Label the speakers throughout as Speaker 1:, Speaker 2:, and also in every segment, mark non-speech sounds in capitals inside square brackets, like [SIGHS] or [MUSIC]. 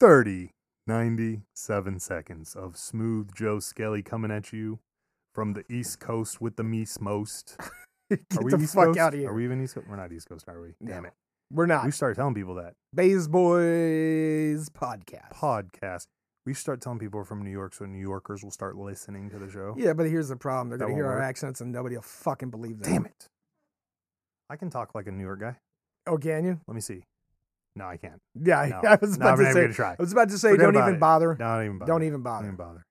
Speaker 1: 30, 97 seconds of smooth Joe Skelly coming at you from the East Coast with the Meese [LAUGHS] most.
Speaker 2: Get
Speaker 1: Are we
Speaker 2: the
Speaker 1: East
Speaker 2: fuck
Speaker 1: Coast?
Speaker 2: out of here.
Speaker 1: Are we even East Coast? We're not East Coast, are we? Damn
Speaker 2: No.
Speaker 1: it.
Speaker 2: We're not.
Speaker 1: We start telling people that.
Speaker 2: Bays Boys podcast.
Speaker 1: Podcast. We start telling people we're from New York so New Yorkers will start listening to the show.
Speaker 2: Yeah, but here's the problem. They're
Speaker 1: That
Speaker 2: going to hear
Speaker 1: won't
Speaker 2: our
Speaker 1: work.
Speaker 2: accents and nobody will fucking believe them.
Speaker 1: Damn it. I can talk like a New York guy.
Speaker 2: Oh, can you?
Speaker 1: Let me see. No, I can't.
Speaker 2: Yeah,
Speaker 1: No.
Speaker 2: [LAUGHS] I was
Speaker 1: No, I'm
Speaker 2: about
Speaker 1: not
Speaker 2: to
Speaker 1: even
Speaker 2: say.
Speaker 1: going to uh, try.
Speaker 2: I was about to say,
Speaker 1: Forget
Speaker 2: don't
Speaker 1: about
Speaker 2: even
Speaker 1: it.
Speaker 2: bother.
Speaker 1: Don't even bother.
Speaker 2: Don't even bother.
Speaker 1: Don't even bother.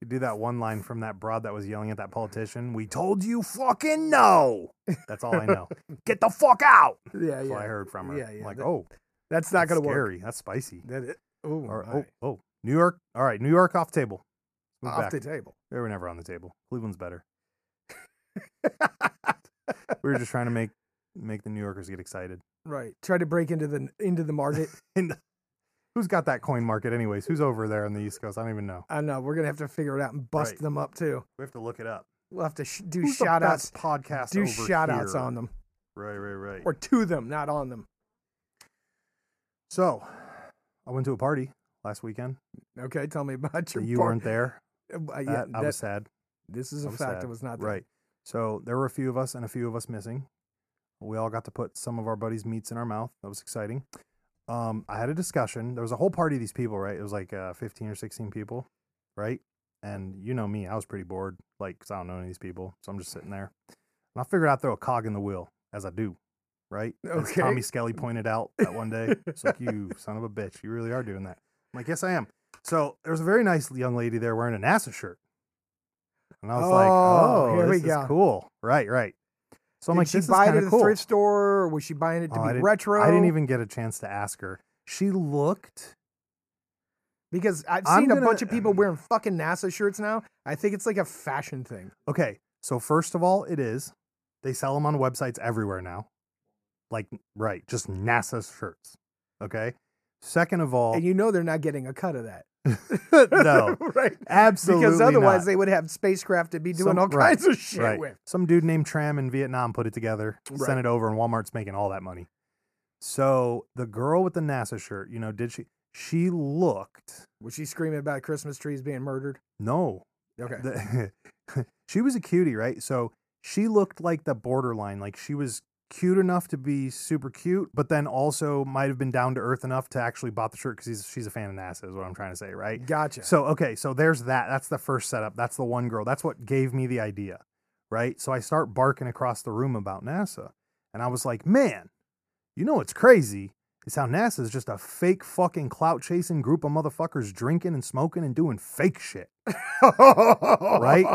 Speaker 1: You do that one line from that broad that was yelling
Speaker 2: [LAUGHS]
Speaker 1: at that politician. We told you fucking no. That's all I
Speaker 2: [LAUGHS]
Speaker 1: know. Get the fuck out.
Speaker 2: Yeah,
Speaker 1: That's all I
Speaker 2: yeah.
Speaker 1: heard from her.
Speaker 2: Yeah,
Speaker 1: I'm
Speaker 2: yeah,
Speaker 1: Like,
Speaker 2: that-
Speaker 1: oh,
Speaker 2: That's not
Speaker 1: that's
Speaker 2: going to work.
Speaker 1: Scary. That's spicy.
Speaker 2: That it, ooh,
Speaker 1: Or,
Speaker 2: all right.
Speaker 1: Oh, oh, New York. All right, New York off the table. Move
Speaker 2: off
Speaker 1: back.
Speaker 2: the table.
Speaker 1: They were never on the table. Cleveland's better. we
Speaker 2: [LAUGHS]
Speaker 1: were just trying to make make the New Yorkers get excited.
Speaker 2: Right. Try to break into the into
Speaker 1: [LAUGHS]
Speaker 2: the market.
Speaker 1: And who's got that coin market, anyways? Who's over there on the East Coast? I don't even know.
Speaker 2: I know. We're going to have to figure it out and bust
Speaker 1: Right.
Speaker 2: them up too.
Speaker 1: We have to look it up.
Speaker 2: We'll have to sh- do
Speaker 1: Who's the
Speaker 2: shout outs.
Speaker 1: best podcast.
Speaker 2: Do
Speaker 1: over
Speaker 2: shout
Speaker 1: here?
Speaker 2: outs on them
Speaker 1: Right, right, right.
Speaker 2: or to them, not on them.
Speaker 1: so, I went to a party last weekend.
Speaker 2: Okay. Tell me about your
Speaker 1: you
Speaker 2: part-
Speaker 1: weren't there.
Speaker 2: Uh, yeah,
Speaker 1: That- I
Speaker 2: that-
Speaker 1: was sad.
Speaker 2: This is
Speaker 1: I
Speaker 2: a
Speaker 1: was
Speaker 2: fact.
Speaker 1: sad.
Speaker 2: It was not there.
Speaker 1: Right. So there were a few of us and a few of us missing. We all got to put some of our buddies' meats in our mouth. That was exciting. Um, I had a discussion. There was a whole party of these people, right? It was like uh, 15 or 16 people, right? And you know me, I was pretty bored, like, 'cause I don't know any of these people. So I'm just sitting there. And I figured I'd throw a cog in the wheel, as I do, right? As
Speaker 2: Okay.
Speaker 1: Tommy Skelly pointed out that one day. It's
Speaker 2: [LAUGHS]
Speaker 1: like, you son of a bitch, you really are doing that. I'm like, yes, I am. So there was a very nice young lady there wearing a NASA shirt. And I was like,
Speaker 2: Oh,
Speaker 1: oh,
Speaker 2: here
Speaker 1: this
Speaker 2: we
Speaker 1: is
Speaker 2: go.
Speaker 1: cool. Right, right. So I'm
Speaker 2: Did
Speaker 1: like,
Speaker 2: she
Speaker 1: this
Speaker 2: buy
Speaker 1: is
Speaker 2: it
Speaker 1: kind
Speaker 2: at
Speaker 1: of
Speaker 2: a
Speaker 1: cool.
Speaker 2: thrift store, or was she buying it to
Speaker 1: Oh, I
Speaker 2: be
Speaker 1: didn't-
Speaker 2: retro?
Speaker 1: I didn't even get a chance to ask her. She looked,
Speaker 2: because I've
Speaker 1: I'm
Speaker 2: seen a bunch
Speaker 1: gonna-
Speaker 2: of people wearing fucking NASA shirts now. I think it's like a fashion thing.
Speaker 1: okay. So, first of all, it is. They sell them on websites everywhere now. Like, right, just NASA shirts. Okay. Second of all,
Speaker 2: And you know they're not getting a cut of that.
Speaker 1: Oh. [LAUGHS]
Speaker 2: [LAUGHS]
Speaker 1: no,
Speaker 2: right?
Speaker 1: absolutely.
Speaker 2: because otherwise
Speaker 1: not.
Speaker 2: they would have spacecraft to be doing
Speaker 1: Some-
Speaker 2: all
Speaker 1: right,
Speaker 2: kinds of shit
Speaker 1: right.
Speaker 2: with.
Speaker 1: Some dude named Tram in Vietnam put it together,
Speaker 2: Right.
Speaker 1: sent it over, and Walmart's making all that money. So the girl with the NASA shirt, you know, did she? She looked
Speaker 2: Was she screaming about Christmas trees being murdered?
Speaker 1: no.
Speaker 2: Okay.
Speaker 1: The- [LAUGHS] she was a cutie, right? So she looked like the borderline, like she was cute enough to be super cute, but then also might have been down to earth enough to actually bought the shirt because she's a fan of NASA, is what I'm trying to say, right?
Speaker 2: Gotcha. [LAUGHS]
Speaker 1: So okay, so there's that. That's the first setup. That's the one girl. That's what gave me the idea, right? So I start barking across the room about NASA, and I was like, man, you know what's crazy is how NASA is just a fake fucking clout chasing group of motherfuckers drinking and smoking and doing fake shit.
Speaker 2: right?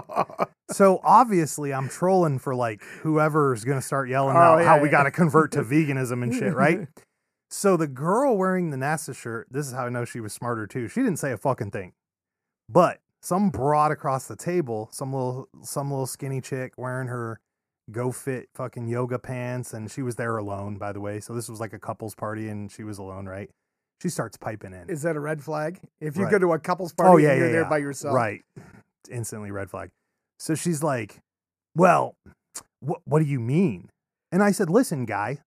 Speaker 1: So obviously, I'm trolling for like whoever's gonna start yelling
Speaker 2: Oh,
Speaker 1: out
Speaker 2: yeah,
Speaker 1: how we
Speaker 2: yeah.
Speaker 1: gotta convert to veganism and shit,
Speaker 2: [LAUGHS]
Speaker 1: right? So the girl wearing the NASA shirt, this is how I know she was smarter too. She didn't say a fucking thing. But some broad across the table, some little some little skinny chick wearing her go fit fucking yoga pants and she was there alone by the way. So this was like a couples party and she was alone, right? She starts piping in.
Speaker 2: Is that a red flag? If you
Speaker 1: Right. Oh,
Speaker 2: go to a couple's party
Speaker 1: yeah,
Speaker 2: and you're
Speaker 1: yeah,
Speaker 2: there
Speaker 1: yeah.
Speaker 2: by yourself.
Speaker 1: Right. Instantly red flag. So she's like, "Well, what what do you mean?" And I said, "Listen, guy,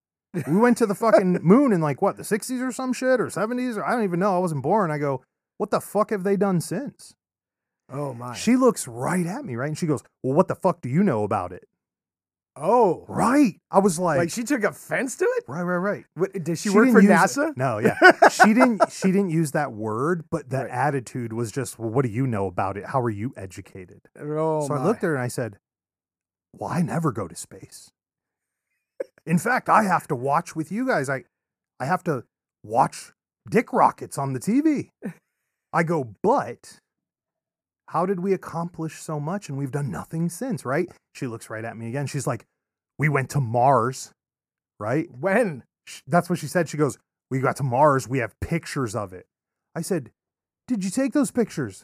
Speaker 1: we went to the
Speaker 2: [LAUGHS]
Speaker 1: fucking moon in like what the sixties or some shit or seventies or I don't even know. I wasn't born." I go, "What the fuck have they done since?"
Speaker 2: Oh my.
Speaker 1: She looks right at me, right, and she goes, "Well, what the fuck do you know about it?"
Speaker 2: oh.
Speaker 1: Right. I was like,
Speaker 2: Like, she took offense to it?
Speaker 1: "Right, right, right."
Speaker 2: What, did she, work for
Speaker 1: didn't use-
Speaker 2: NASA?
Speaker 1: No, yeah. She didn't
Speaker 2: [LAUGHS]
Speaker 1: she didn't use that word, but that
Speaker 2: Right.
Speaker 1: attitude was just, well, what do you know about it? How are you educated?
Speaker 2: Oh,
Speaker 1: so
Speaker 2: my.
Speaker 1: I looked at her and I said, Well, I never go to space. In fact, I have to watch with you guys. I I have to watch dick rockets on the TV. I go, but how did we accomplish so much and we've done nothing since, right? She looks right at me again. She's like, We went to Mars, right?
Speaker 2: When?
Speaker 1: Sh- That's what she said. She goes, We got to Mars. We have pictures of it. I said, Did you take those pictures?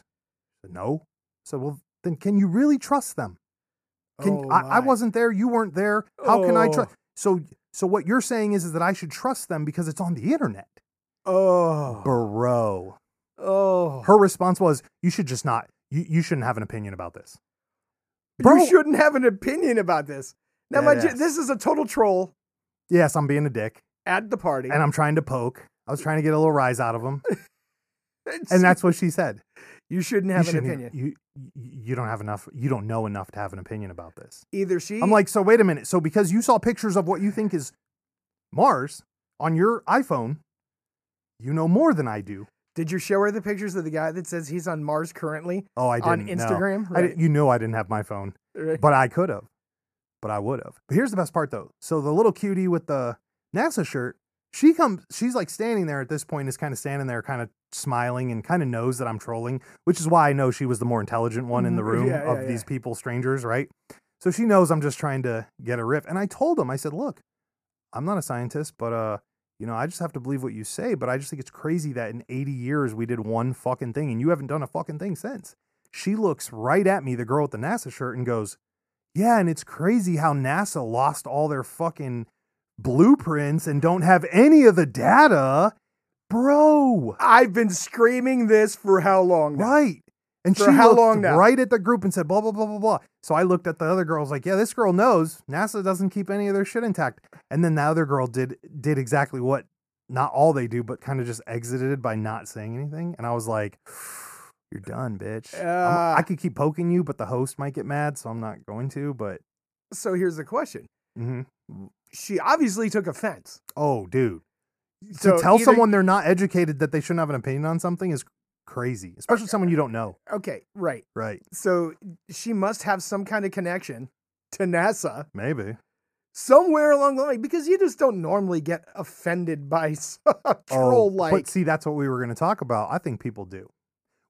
Speaker 1: She said, no. So, well, then can you really trust them? Can,
Speaker 2: Oh,
Speaker 1: I, I
Speaker 2: my.
Speaker 1: wasn't there. You weren't there. How can I
Speaker 2: Oh.
Speaker 1: trust? So, so what you're saying is, is that I should trust them because it's on the internet.
Speaker 2: Oh.
Speaker 1: Bro.
Speaker 2: oh.
Speaker 1: Her response was, You should just not, you, you shouldn't have an opinion about this.
Speaker 2: you shouldn't have an opinion about this. Now, my,
Speaker 1: Deadass.
Speaker 2: this is a total troll.
Speaker 1: Yes, I'm being a dick.
Speaker 2: at the party.
Speaker 1: and I'm trying to poke. I was trying to get a little rise out of
Speaker 2: [LAUGHS]
Speaker 1: him,
Speaker 2: It's-
Speaker 1: and that's what she said.
Speaker 2: you shouldn't
Speaker 1: You
Speaker 2: have an
Speaker 1: shouldn't-
Speaker 2: opinion.
Speaker 1: You you don't have enough. You don't know enough to have an opinion about this.
Speaker 2: Either she
Speaker 1: e I'm like, so wait a minute. So because you saw pictures of what you think is Mars on your iPhone, you know more than I do.
Speaker 2: Did you show her the pictures of the guy that says he's on Mars currently
Speaker 1: Oh, I
Speaker 2: on
Speaker 1: didn't know.
Speaker 2: Instagram?
Speaker 1: I di- you know I didn't have my
Speaker 2: [LAUGHS]
Speaker 1: phone,
Speaker 2: Right.
Speaker 1: but I could have. But I would have. But here's the best part though. So the little cutie with the NASA shirt, she comes she's like standing there at this point is kind of standing there kind of smiling and kind of knows that I'm trolling, which is why I know she was the more intelligent one in the
Speaker 2: Mhm.
Speaker 1: room
Speaker 2: [LAUGHS] Yeah,
Speaker 1: of
Speaker 2: yeah,
Speaker 1: these people strangers, right? So she knows I'm just trying to get a riff. And I told him, I said, "Look, I'm not a scientist, but uh you know, I just have to believe what you say, but I just think it's crazy that in 80 years we did one fucking thing and you haven't done a fucking thing since. She looks right at me, the girl with the NASA shirt, and goes, Yeah, and it's crazy how NASA lost all their fucking blueprints and don't have any of the data. Bro,
Speaker 2: I've been screaming this for how long? now?
Speaker 1: right. And
Speaker 2: For
Speaker 1: she
Speaker 2: how
Speaker 1: looked
Speaker 2: long now?
Speaker 1: right at the group and said, blah, blah, blah, blah, blah. So I looked at the other girl, I was like, yeah, this girl knows NASA doesn't keep any of their shit intact. And then the other girl did did exactly what not all they do, but kind of just exited by not saying anything. And I was like, [SIGHS] you're done, bitch. I'm-
Speaker 2: Uh.
Speaker 1: I could keep poking you, but the host might get mad, so I'm not going to. But
Speaker 2: So here's the question.
Speaker 1: mhm.
Speaker 2: She obviously took offense.
Speaker 1: oh, dude,
Speaker 2: So
Speaker 1: to tell
Speaker 2: either-
Speaker 1: someone they're not educated that they shouldn't have an opinion on something is crazy, especially someone you don't know.
Speaker 2: Okay, right.
Speaker 1: Right?
Speaker 2: So she must have some kind of connection to NASA
Speaker 1: Maybe.
Speaker 2: somewhere along the line because you just don't normally get offended by [LAUGHS] a troll like
Speaker 1: Oh, But see, that's what we were going to talk about. I think people do.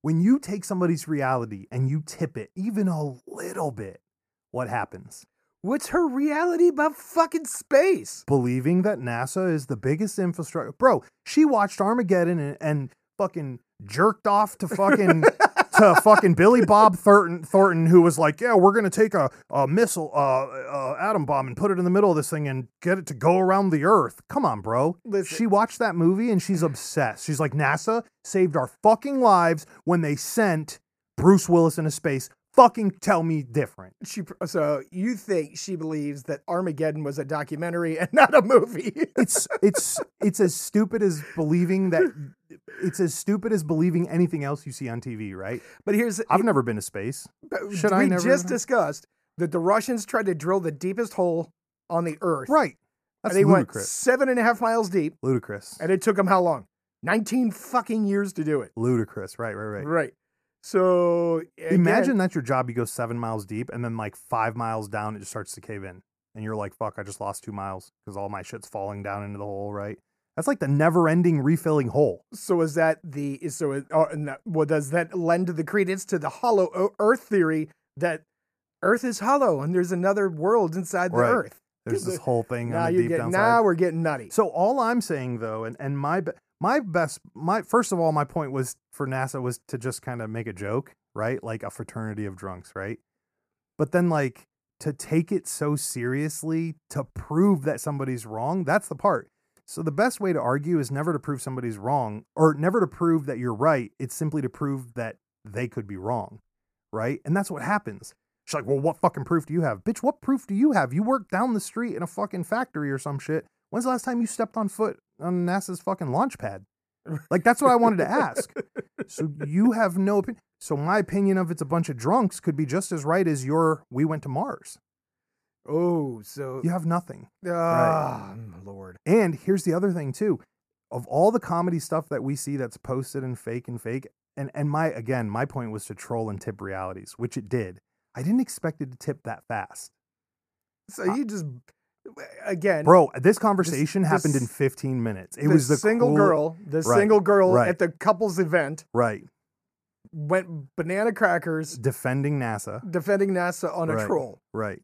Speaker 1: When you take somebody's reality and you tip it even a little bit, what happens?
Speaker 2: what's her reality about fucking space?
Speaker 1: Believing that NASA is the biggest infrastructure. Bro, she watched Armageddon and, and fucking jerked off to fucking to fucking Billy Bob Thornton, Thornton, who was like, "Yeah, we're gonna take a, a missile, uh, uh, atom bomb, and put it in the middle of this thing and get it to go around the Earth." Come on, bro.
Speaker 2: Listen.
Speaker 1: She watched that movie and she's obsessed. She's like, "NASA saved our fucking lives when they sent Bruce Willis into space." Fucking tell me different.
Speaker 2: She pr- so you think she believes that Armageddon was a documentary and [LAUGHS] not a movie?
Speaker 1: It's it's it's as stupid as believing that. It's as stupid as believing anything else you see on TV, right?
Speaker 2: but here's
Speaker 1: I've never been to space.
Speaker 2: but
Speaker 1: should
Speaker 2: we
Speaker 1: I never-
Speaker 2: just discussed that the Russians tried to drill the deepest hole on the Earth.
Speaker 1: Right.
Speaker 2: and
Speaker 1: That's
Speaker 2: they went
Speaker 1: ludicrous.
Speaker 2: seven and a half miles deep,
Speaker 1: Ludicrous.
Speaker 2: and it took them how long? Nineteen fucking years to do it.
Speaker 1: ludicrous. Right, right, right.
Speaker 2: Right. So again,
Speaker 1: Imagine that's your job. You go seven miles deep, and then like five miles down, it just starts to cave in, and you're like, "Fuck! I just lost two miles because all my shit's falling down into the hole." Right? That's like the never-ending refilling hole.
Speaker 2: So is that the is so? Is, oh, and that, well, does that lend the credence to the hollow o- Earth theory that Earth is hollow and there's another world inside the
Speaker 1: Right.
Speaker 2: Earth?
Speaker 1: There's this whole thing
Speaker 2: Now
Speaker 1: on the
Speaker 2: you're
Speaker 1: deep
Speaker 2: getting
Speaker 1: down
Speaker 2: now
Speaker 1: side.
Speaker 2: we're getting nutty.
Speaker 1: So all I'm saying though, and and my be- my best my first of all, my point was for NASA was to just kind of make a joke, right? Like a fraternity of drunks, right? But then like to take it so seriously to prove that somebody's wrong, that's the part. So the best way to argue is never to prove somebody's wrong or never to prove that you're right. It's simply to prove that they could be wrong, right? And that's what happens. She's like, "Well, what fucking proof do you have, bitch? What proof do you have? You work down the street in a fucking factory or some shit. When's the last time you stepped on foot on NASA's fucking launch pad? Like that's what I wanted to ask. So you have no opinion. So my opinion of it's a bunch of drunks could be just as right as your we went to Mars.
Speaker 2: Oh, so
Speaker 1: You have nothing.
Speaker 2: oh
Speaker 1: Right.
Speaker 2: Lord.
Speaker 1: And here's the other thing too. Of all the comedy stuff that we see that's posted and fake and fake, and and my again, my point was to troll and tip realities, which it did. I didn't expect it to tip that fast.
Speaker 2: So you just again
Speaker 1: Bro, this conversation happened in
Speaker 2: this-
Speaker 1: 15 minutes. It
Speaker 2: the
Speaker 1: was the
Speaker 2: single
Speaker 1: cool-
Speaker 2: girl, the
Speaker 1: Right,
Speaker 2: single girl
Speaker 1: right.
Speaker 2: at the couple's event
Speaker 1: Right.
Speaker 2: went banana crackers
Speaker 1: Defending NASA.
Speaker 2: defending NASA on
Speaker 1: Right.
Speaker 2: a troll.
Speaker 1: Right.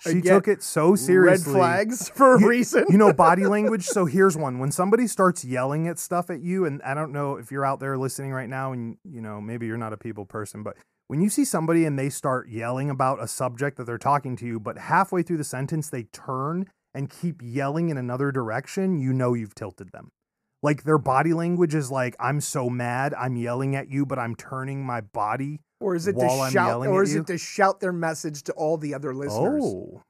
Speaker 1: She
Speaker 2: Again,
Speaker 1: took it so seriously.
Speaker 2: Red flags [LAUGHS] for a
Speaker 1: You-
Speaker 2: reason.
Speaker 1: You know body language. So here's one: when somebody starts yelling at stuff at you, and I don't know if you're out there listening right now, and you know maybe you're not a people person, but when you see somebody and they start yelling about a subject that they're talking to you, but halfway through the sentence they turn and keep yelling in another direction, you know you've tilted them. Like their body language is like, "I'm so mad, I'm yelling at you, but I'm turning my body."
Speaker 2: or is it
Speaker 1: while
Speaker 2: to
Speaker 1: I'm
Speaker 2: shout
Speaker 1: yelling
Speaker 2: or
Speaker 1: at
Speaker 2: is
Speaker 1: you-
Speaker 2: it to shout their message to all the other listeners?
Speaker 1: Oh,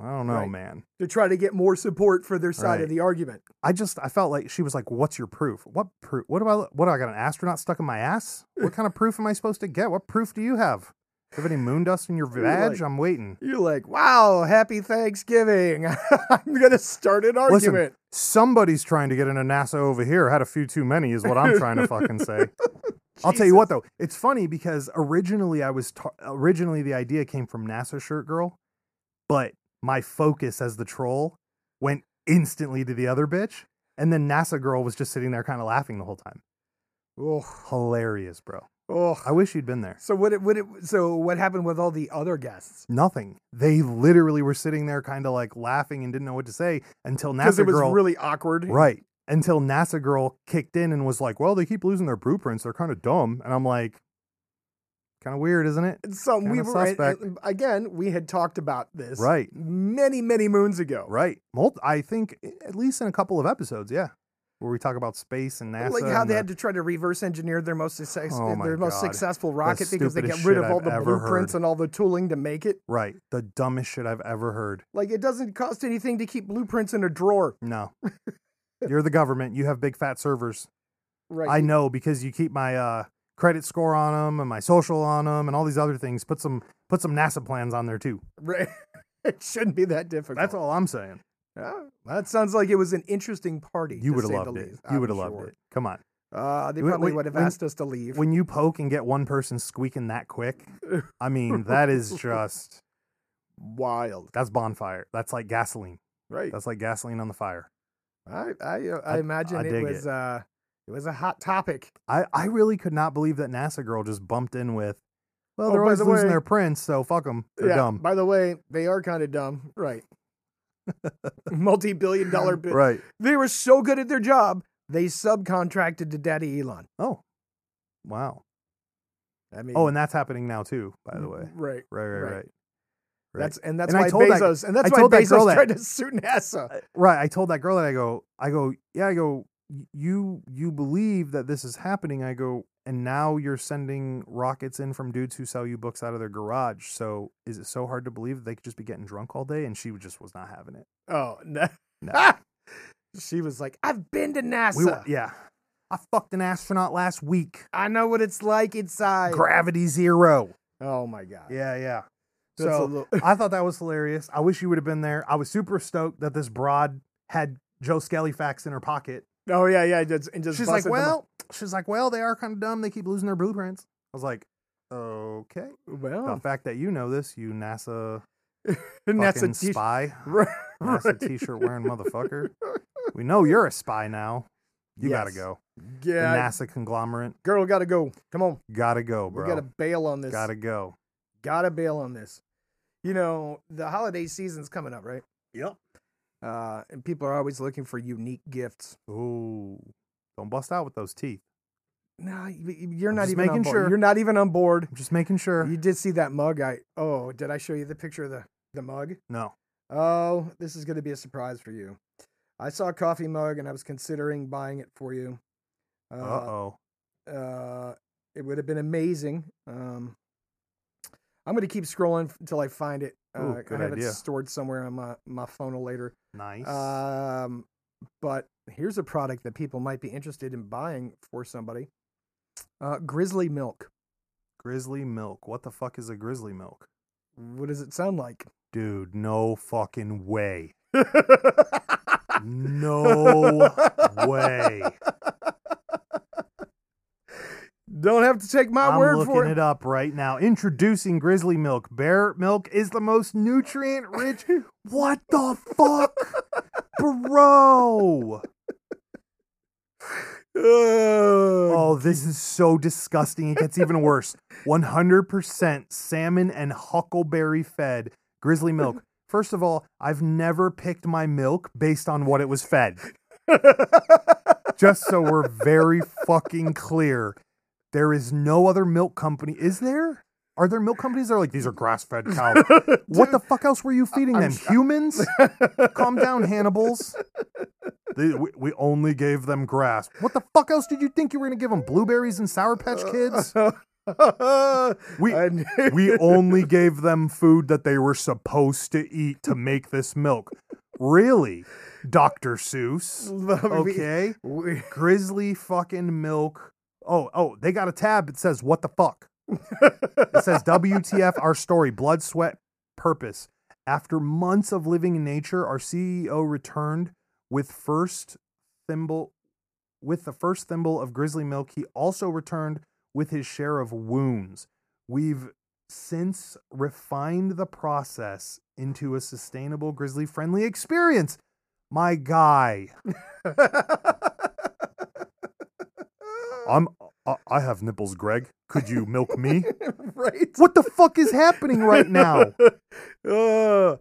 Speaker 1: I don't know,
Speaker 2: Right.
Speaker 1: man.
Speaker 2: to try to get more support for their side
Speaker 1: Right.
Speaker 2: of the argument.
Speaker 1: I just I felt like she was like, "What's your proof? What proof? What do I? What do I got? An astronaut stuck in my ass? What kind of proof am I supposed to get? What proof do you have? Do you have any moon dust in your
Speaker 2: You're
Speaker 1: badge?
Speaker 2: like-
Speaker 1: I'm waiting."
Speaker 2: You're like, wow, happy Thanksgiving. [LAUGHS] I'm going to start an
Speaker 1: Listen,
Speaker 2: argument.
Speaker 1: Somebody's trying to get into NASA over here. Had a few too many, is what I'm [LAUGHS] trying to fucking say. I'll tell you what though, it's funny because originally I was ta- originally the idea came from NASA shirt girl, but my focus as the troll went instantly to the other bitch, and then NASA girl was just sitting there kind of laughing the whole time.
Speaker 2: Oh,
Speaker 1: Hilarious, bro.
Speaker 2: oh.
Speaker 1: I wish you'd been there.
Speaker 2: So what? It, what? It, so what happened with all the other guests?
Speaker 1: Nothing. They literally were sitting there kind of like laughing and didn't know what to say until
Speaker 2: Because
Speaker 1: NASA
Speaker 2: it was
Speaker 1: girl
Speaker 2: really awkward.
Speaker 1: [LAUGHS] Right. Until NASA girl kicked in and was like, "Well, they keep losing their blueprints. They're kind of dumb." And I'm like, kind of weird, isn't it?
Speaker 2: It's something we
Speaker 1: Kinda
Speaker 2: were right-
Speaker 1: suspect.
Speaker 2: again. We had talked about this
Speaker 1: Right.
Speaker 2: many many moons ago.
Speaker 1: Right. Mul- I think eh, at least in a couple of episodes, yeah, where we talk about space and NASA.
Speaker 2: Like how
Speaker 1: and
Speaker 2: they
Speaker 1: the-
Speaker 2: had to try to reverse engineer their most success,
Speaker 1: Oh my
Speaker 2: their most
Speaker 1: God.
Speaker 2: successful rocket because they
Speaker 1: stupidest
Speaker 2: get rid
Speaker 1: shit
Speaker 2: of all
Speaker 1: I've
Speaker 2: the
Speaker 1: ever
Speaker 2: blueprints
Speaker 1: heard.
Speaker 2: and all the tooling to make it.
Speaker 1: right. The dumbest shit I've ever heard.
Speaker 2: Like it doesn't cost anything to keep blueprints in a drawer. [LAUGHS]
Speaker 1: No. You're the government. You have big fat servers.
Speaker 2: Right.
Speaker 1: I know because you keep my uh, credit score on them and my social on them and all these other things. Put some put some NASA plans on there too.
Speaker 2: [LAUGHS] Right. it shouldn't be that difficult.
Speaker 1: That's all I'm saying.
Speaker 2: Yeah, that sounds like it was an interesting party.
Speaker 1: You
Speaker 2: to
Speaker 1: would have
Speaker 2: say
Speaker 1: loved
Speaker 2: the
Speaker 1: it.
Speaker 2: least,
Speaker 1: You
Speaker 2: I'm
Speaker 1: would have loved
Speaker 2: sure.
Speaker 1: it. Come on.
Speaker 2: Uh, they
Speaker 1: When-
Speaker 2: probably
Speaker 1: when-
Speaker 2: would have
Speaker 1: when-
Speaker 2: asked us to leave.
Speaker 1: When you poke and get one person squeaking that quick, I
Speaker 2: [LAUGHS]
Speaker 1: mean, that is just
Speaker 2: Wild,
Speaker 1: that's bonfire. That's like gasoline.
Speaker 2: right?
Speaker 1: That's like gasoline on the fire.
Speaker 2: I I, uh,
Speaker 1: I-
Speaker 2: I imagine
Speaker 1: I
Speaker 2: it
Speaker 1: dig
Speaker 2: was
Speaker 1: it.
Speaker 2: uh it was a hot topic.
Speaker 1: I, I really could not believe that NASA girl just bumped in with, well,
Speaker 2: Oh,
Speaker 1: they're
Speaker 2: by
Speaker 1: always
Speaker 2: the
Speaker 1: losing
Speaker 2: way-
Speaker 1: their prints, so fuck them. They're dumb.
Speaker 2: By the way, they are kind of dumb,
Speaker 1: [LAUGHS]
Speaker 2: right? Multi-billion dollar. bu-
Speaker 1: Right.
Speaker 2: They were so good at their job, they subcontracted to Daddy Elon.
Speaker 1: Oh, wow.
Speaker 2: I mean, uh,
Speaker 1: Oh, and that's happening now too, by the way.
Speaker 2: right?
Speaker 1: Right, right,
Speaker 2: Mm-hmm. Right.
Speaker 1: right. Right.
Speaker 2: That's and that's
Speaker 1: And I
Speaker 2: why
Speaker 1: told that-
Speaker 2: Bezos and that's
Speaker 1: I
Speaker 2: why
Speaker 1: told that girl
Speaker 2: Bezos
Speaker 1: that.
Speaker 2: tried to sue NASA.
Speaker 1: I- right. I told that girl that I go, I go, yeah, I go, "Y- you you believe that this is happening. I go, and now you're sending rockets in from dudes who sell you books out of their garage. So is it so hard to believe that they could just be getting drunk all day? And she just was not having it.
Speaker 2: Oh [LAUGHS] no.
Speaker 1: No.
Speaker 2: she was like, I've been to NASA.
Speaker 1: We were, yeah. I fucked an astronaut last week.
Speaker 2: I know what it's like inside.
Speaker 1: Gravity zero.
Speaker 2: oh my god.
Speaker 1: Yeah, yeah.
Speaker 2: That's a
Speaker 1: So [LAUGHS]
Speaker 2: little-
Speaker 1: I thought that was hilarious. I wish you would have been there. I was super stoked that this broad had Joe Skelly facts in her pocket.
Speaker 2: oh yeah, yeah. Just, and just
Speaker 1: she's like,
Speaker 2: busted them up.
Speaker 1: well, she's like, well, they are kind of dumb. They keep losing their blueprints. I was like, okay. The
Speaker 2: well,
Speaker 1: fact that you know this, you NASA fucking
Speaker 2: Oh. [LAUGHS] NASA t-
Speaker 1: spy,
Speaker 2: [LAUGHS] Right,
Speaker 1: NASA t-shirt wearing
Speaker 2: [LAUGHS]
Speaker 1: motherfucker. We know you're a spy now. You gotta
Speaker 2: Yes.
Speaker 1: go. The
Speaker 2: Yeah,
Speaker 1: NASA conglomerate,
Speaker 2: girl, gotta go. Come on,
Speaker 1: gotta go,
Speaker 2: we
Speaker 1: bro.
Speaker 2: gotta bail on this.
Speaker 1: gotta go.
Speaker 2: gotta bail on this. You know, the holiday season's coming up, right?
Speaker 1: Yep.
Speaker 2: Uh, and people are always looking for unique gifts.
Speaker 1: Ooh, don't bust out with those teeth.
Speaker 2: No, you- you're
Speaker 1: I'm
Speaker 2: not
Speaker 1: just
Speaker 2: even on
Speaker 1: making
Speaker 2: board.
Speaker 1: sure.
Speaker 2: You're not even on board.
Speaker 1: I'm just making sure.
Speaker 2: You did see that mug. I oh, did I show you the picture of the the mug?
Speaker 1: no.
Speaker 2: Oh, this is going to be a surprise for you. I saw a coffee mug and I was considering buying it for you.
Speaker 1: Uh
Speaker 2: Uh,
Speaker 1: oh.
Speaker 2: uh, it would have been amazing. Um, I'm going to keep scrolling f- until I find it. Uh,
Speaker 1: Ooh,
Speaker 2: I
Speaker 1: good
Speaker 2: have
Speaker 1: idea.
Speaker 2: it stored somewhere on my, my phone later.
Speaker 1: Nice.
Speaker 2: Um, but here's a product that people might be interested in buying for somebody uh, Grizzly Milk.
Speaker 1: grizzly milk. What the fuck is a grizzly milk?
Speaker 2: What does it sound like?
Speaker 1: Dude, no fucking
Speaker 2: [LAUGHS]
Speaker 1: way. No way.
Speaker 2: [LAUGHS] Don't have to take my
Speaker 1: I'm
Speaker 2: word
Speaker 1: looking
Speaker 2: for [LAUGHS] it.
Speaker 1: it up right now. Introducing grizzly milk. Bear milk is the most nutrient
Speaker 2: [LAUGHS]
Speaker 1: rich. what the fuck? Bro.
Speaker 2: Oh,
Speaker 1: Oh, this is so disgusting. It gets even worse. 100% salmon and huckleberry fed grizzly milk. First of all, I've never picked my milk based on what it was fed. Just so we're very fucking clear, there is no other milk company. Is there? Are there milk companies that are like, these are grass fed cows? What the fuck else were you feeding
Speaker 2: I'm
Speaker 1: them?
Speaker 2: sh-
Speaker 1: Humans? Calm down, Hannibals. They- we, we only gave them grass. What the fuck else did you think you were going to give them? Blueberries and Sour Patch Kids? Oh.
Speaker 2: [LAUGHS] we,
Speaker 1: I we only gave them food that they were supposed to eat to make this milk. Really, Dr. Seuss? Okay.
Speaker 2: [LAUGHS] we-
Speaker 1: [LAUGHS] Grizzly fucking milk. Oh, oh, they got a tab. It says, What the fuck? It says, WTF, our story, blood, sweat, purpose. After months of living in nature, our CEO returned with first thimble. With the first thimble of grizzly milk, he also returned with his share of wounds. We've since refined the process into a sustainable grizzly friendly experience. My guy, I'm I, I have nipples, Greg. Could you milk me?
Speaker 2: right.
Speaker 1: what the fuck is happening right
Speaker 2: [LAUGHS]
Speaker 1: now?
Speaker 2: Ugh.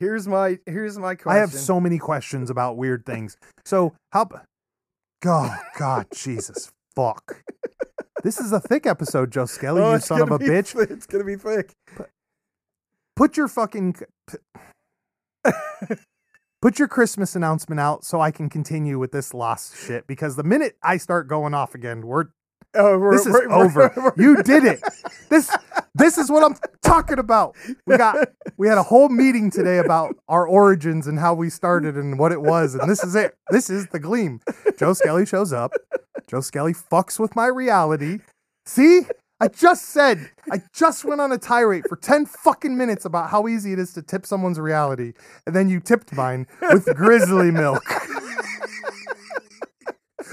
Speaker 2: here's my here's my question.
Speaker 1: I have so many questions about weird things. So how? God, God, Jesus, fuck! This is a thick episode, Joe Skelly.
Speaker 2: Oh,
Speaker 1: you
Speaker 2: it's
Speaker 1: son of
Speaker 2: gonna
Speaker 1: a
Speaker 2: be
Speaker 1: bitch!
Speaker 2: thi- It's gonna be thick.
Speaker 1: Put your fucking p- put your Christmas announcement out so I can continue with this lost shit. Because the minute I start going off again, we're
Speaker 2: Oh, we're, [LAUGHS]
Speaker 1: this is
Speaker 2: we're- we're-
Speaker 1: over.
Speaker 2: we're-
Speaker 1: you did it. This this is what I'm talking about. We got we had a whole meeting today about our origins and how we started and what it was, and this is it. This is the gleam. Joe Skelly shows up. Joe Skelly fucks with my reality. See? I just said, I just went on a tirade for 10 fucking minutes about how easy it is to tip someone's reality. And then you tipped mine with grizzly milk.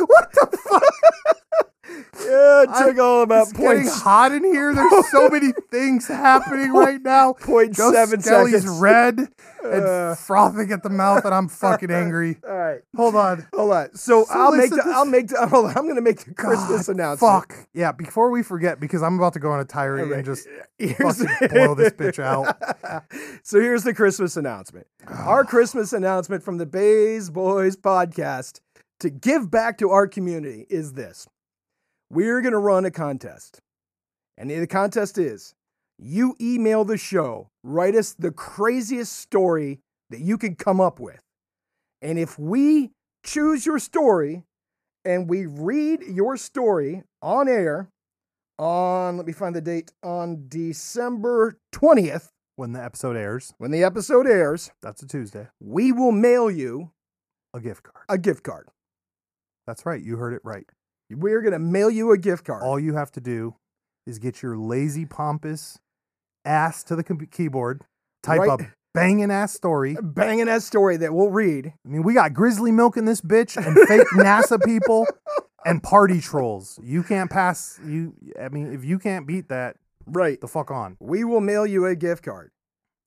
Speaker 1: what the fuck?
Speaker 2: yeah,
Speaker 1: I-
Speaker 2: took all about
Speaker 1: It's getting
Speaker 2: Uh, points.
Speaker 1: hot in here. There's
Speaker 2: [LAUGHS]
Speaker 1: so many things happening right now.
Speaker 2: Point
Speaker 1: Joe
Speaker 2: seven
Speaker 1: Skelly's
Speaker 2: seconds.
Speaker 1: red and
Speaker 2: Uh.
Speaker 1: frothing at the mouth, and I'm fucking angry.
Speaker 2: All right,
Speaker 1: Hold on.
Speaker 2: hold on. So,
Speaker 1: So
Speaker 2: I'll make
Speaker 1: listen,
Speaker 2: the,
Speaker 1: this-
Speaker 2: I'll make the, [LAUGHS] hold on, I'm gonna make the Christmas
Speaker 1: God,
Speaker 2: announcement.
Speaker 1: Fuck. Yeah, before we forget, because I'm about to go on a tirade
Speaker 2: All right.
Speaker 1: and just
Speaker 2: [LAUGHS] Here's- [LAUGHS]
Speaker 1: fucking boil this bitch out.
Speaker 2: so here's the Christmas announcement. Our Christmas announcement from the Bays Boys podcast to give back to our community is this. We're going to run a contest. And the contest is you email the show, write us the craziest story that you can come up with. And if we choose your story and we read your story on air on, let me find the date, on December 20th,
Speaker 1: when the episode airs.
Speaker 2: when the episode airs,
Speaker 1: That's a Tuesday.
Speaker 2: we will mail you
Speaker 1: A gift card.
Speaker 2: a gift card.
Speaker 1: That's right. You heard it right.
Speaker 2: We're going to mail you a gift card.
Speaker 1: All you have to do is get your lazy, pompous ass to the com- keyboard, type
Speaker 2: Right.
Speaker 1: a banging ass story.
Speaker 2: A banging ass story that we'll read.
Speaker 1: I mean, we got grizzly milk in this bitch and
Speaker 2: [LAUGHS]
Speaker 1: fake NASA people and party trolls. You can't pass you I mean, if you can't beat that,
Speaker 2: Right.
Speaker 1: the fuck on.
Speaker 2: We will mail you a gift card.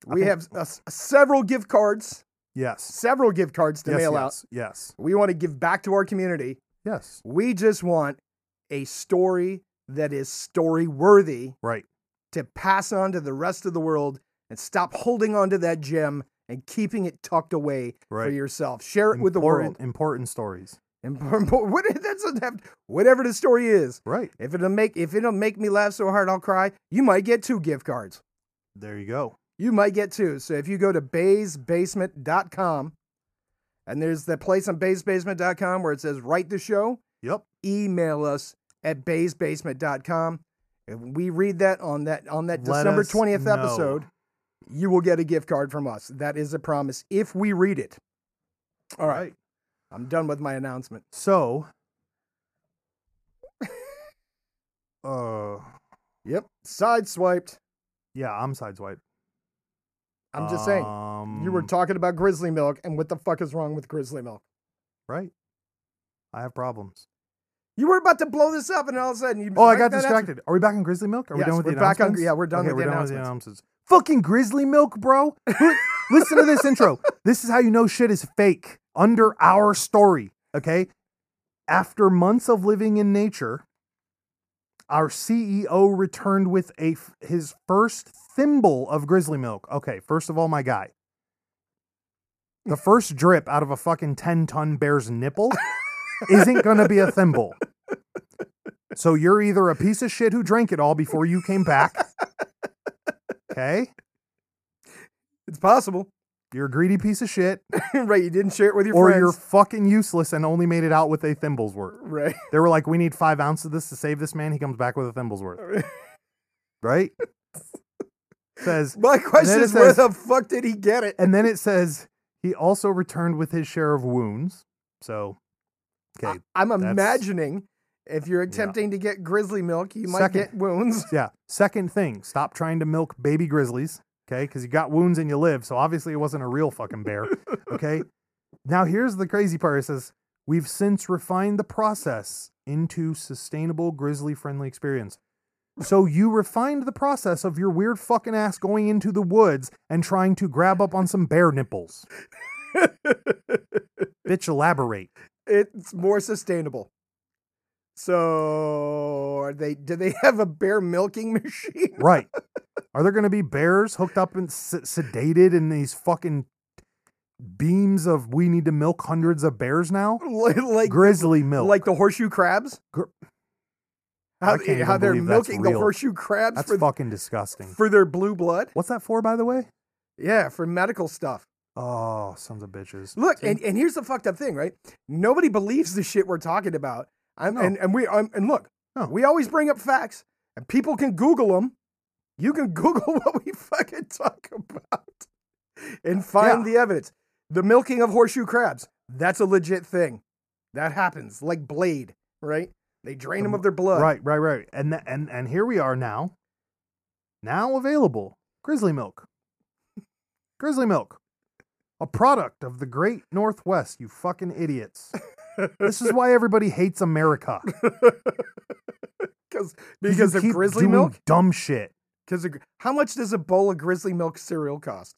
Speaker 1: I
Speaker 2: We
Speaker 1: think-
Speaker 2: have uh, s- several gift cards,
Speaker 1: Yes.
Speaker 2: several gift cards to
Speaker 1: yes,
Speaker 2: mail
Speaker 1: yes,
Speaker 2: out.
Speaker 1: Yes.
Speaker 2: We want to give back to our community.
Speaker 1: Yes.
Speaker 2: We just want a story that is story worthy
Speaker 1: Right.
Speaker 2: to pass on to the rest of the world and stop holding on to that gem and keeping it tucked away for
Speaker 1: Right.
Speaker 2: yourself. Share it with the
Speaker 1: important,
Speaker 2: world.
Speaker 1: important stories.
Speaker 2: And [LAUGHS] what, that doesn't have, whatever the story is,
Speaker 1: Right.
Speaker 2: if it'll make if it'll make me laugh so hard I'll cry, you might get two gift cards.
Speaker 1: There you go.
Speaker 2: You might get two. So if you go to baysbasement.com and there's that place on baysbasement.com where it says write the show,
Speaker 1: Yep.
Speaker 2: email us at baysbasement.com. If we read that on that on that
Speaker 1: Let
Speaker 2: December
Speaker 1: us
Speaker 2: 20th
Speaker 1: know.
Speaker 2: episode, you will get a gift card from us. That is a promise if we read it. All right. I'm done with my announcement. [LAUGHS]
Speaker 1: So uh
Speaker 2: Yep. Sideswiped.
Speaker 1: yeah, I'm sideswiped.
Speaker 2: I'm just saying. You were
Speaker 1: Um,
Speaker 2: talking about grizzly milk, and what the fuck is wrong with grizzly milk?
Speaker 1: right. I have problems.
Speaker 2: You were about to blow this up, and all of a sudden you.
Speaker 1: Oh, I got
Speaker 2: That's-
Speaker 1: distracted. Are we back on Grizzly Milk? Are
Speaker 2: Yes,
Speaker 1: we done with
Speaker 2: we're
Speaker 1: the
Speaker 2: back on-
Speaker 1: announcements?
Speaker 2: yeah, we're done
Speaker 1: Okay,
Speaker 2: with the
Speaker 1: announcements. Fucking Grizzly Milk, bro. [LAUGHS] Listen to this intro. This is how you know shit is fake. Under our story, okay? After months of living in nature, our CEO returned with a f- his first thimble of Grizzly Milk. Okay, first of all, my guy. The first drip out of a fucking 10 ton bear's nipple isn't going to be a thimble. So you're either a piece of shit who drank it all before you came back. Okay.
Speaker 2: It's possible. [LAUGHS]
Speaker 1: You're a greedy piece of shit,
Speaker 2: right, you didn't share it with your
Speaker 1: or
Speaker 2: friends. [LAUGHS]
Speaker 1: you're fucking useless and only made it out with a thimble's worth.
Speaker 2: right.
Speaker 1: They were like, we need five ounces of this to save this man. He comes back with a thimble's worth, right? says,
Speaker 2: My question
Speaker 1: it
Speaker 2: is, where
Speaker 1: says-
Speaker 2: the fuck did he get it?
Speaker 1: and then it says he also returned with his share of wounds. So, okay,
Speaker 2: I, am
Speaker 1: that's-
Speaker 2: imagining if you're attempting to get grizzly milk, you might
Speaker 1: Second.
Speaker 2: get wounds. [LAUGHS]
Speaker 1: yeah. Second thing, stop trying to milk baby grizzlies, okay? Because you got wounds and you live, so obviously it wasn't a real fucking bear, okay? now here's the crazy part. It says we've since refined the process into sustainable grizzly-friendly experience. So you refined the process of your weird fucking ass going into the woods and trying to grab up on some bear nipples. Bitch, elaborate.
Speaker 2: it's more sustainable. So, are they? Do they [LAUGHS] have a bear milking machine? [LAUGHS]
Speaker 1: Right. Are there going to be bears hooked up and s- sedated in these fucking beams of we need to milk hundreds of bears now?
Speaker 2: like, like,
Speaker 1: Grizzly milk.
Speaker 2: like the horseshoe crabs?
Speaker 1: Gr-
Speaker 2: how
Speaker 1: I can't
Speaker 2: how
Speaker 1: even
Speaker 2: they're
Speaker 1: believe that's
Speaker 2: milking the
Speaker 1: real.
Speaker 2: horseshoe crabs
Speaker 1: That's
Speaker 2: for,
Speaker 1: fucking disgusting.
Speaker 2: [LAUGHS] for their blue blood?
Speaker 1: What's that for, by the way?
Speaker 2: Yeah, for medical stuff.
Speaker 1: Oh, sons of bitches.
Speaker 2: Look,
Speaker 1: See?
Speaker 2: and, and here's the fucked up thing, right? Nobody believes the shit we're talking about. I'm,
Speaker 1: No.
Speaker 2: and, and we um, and look,
Speaker 1: No.
Speaker 2: we always bring up facts, and people can Google them. You can [LAUGHS] Google what we fucking talk about and find the evidence. The milking of horseshoe crabs—that's a legit thing. That happens, like Blade, right? They drain
Speaker 1: The
Speaker 2: them
Speaker 1: mo-
Speaker 2: of their blood.
Speaker 1: Right, right, right. And th- and and here we are now. Now available, grizzly milk. Grizzly milk, a product of the Great Northwest. You fucking idiots. this is why everybody hates America.
Speaker 2: Cause,
Speaker 1: You
Speaker 2: [LAUGHS] because of
Speaker 1: keep
Speaker 2: grizzly
Speaker 1: doing
Speaker 2: milk?
Speaker 1: dumb shit.
Speaker 2: Because how much does a bowl of grizzly milk cereal cost?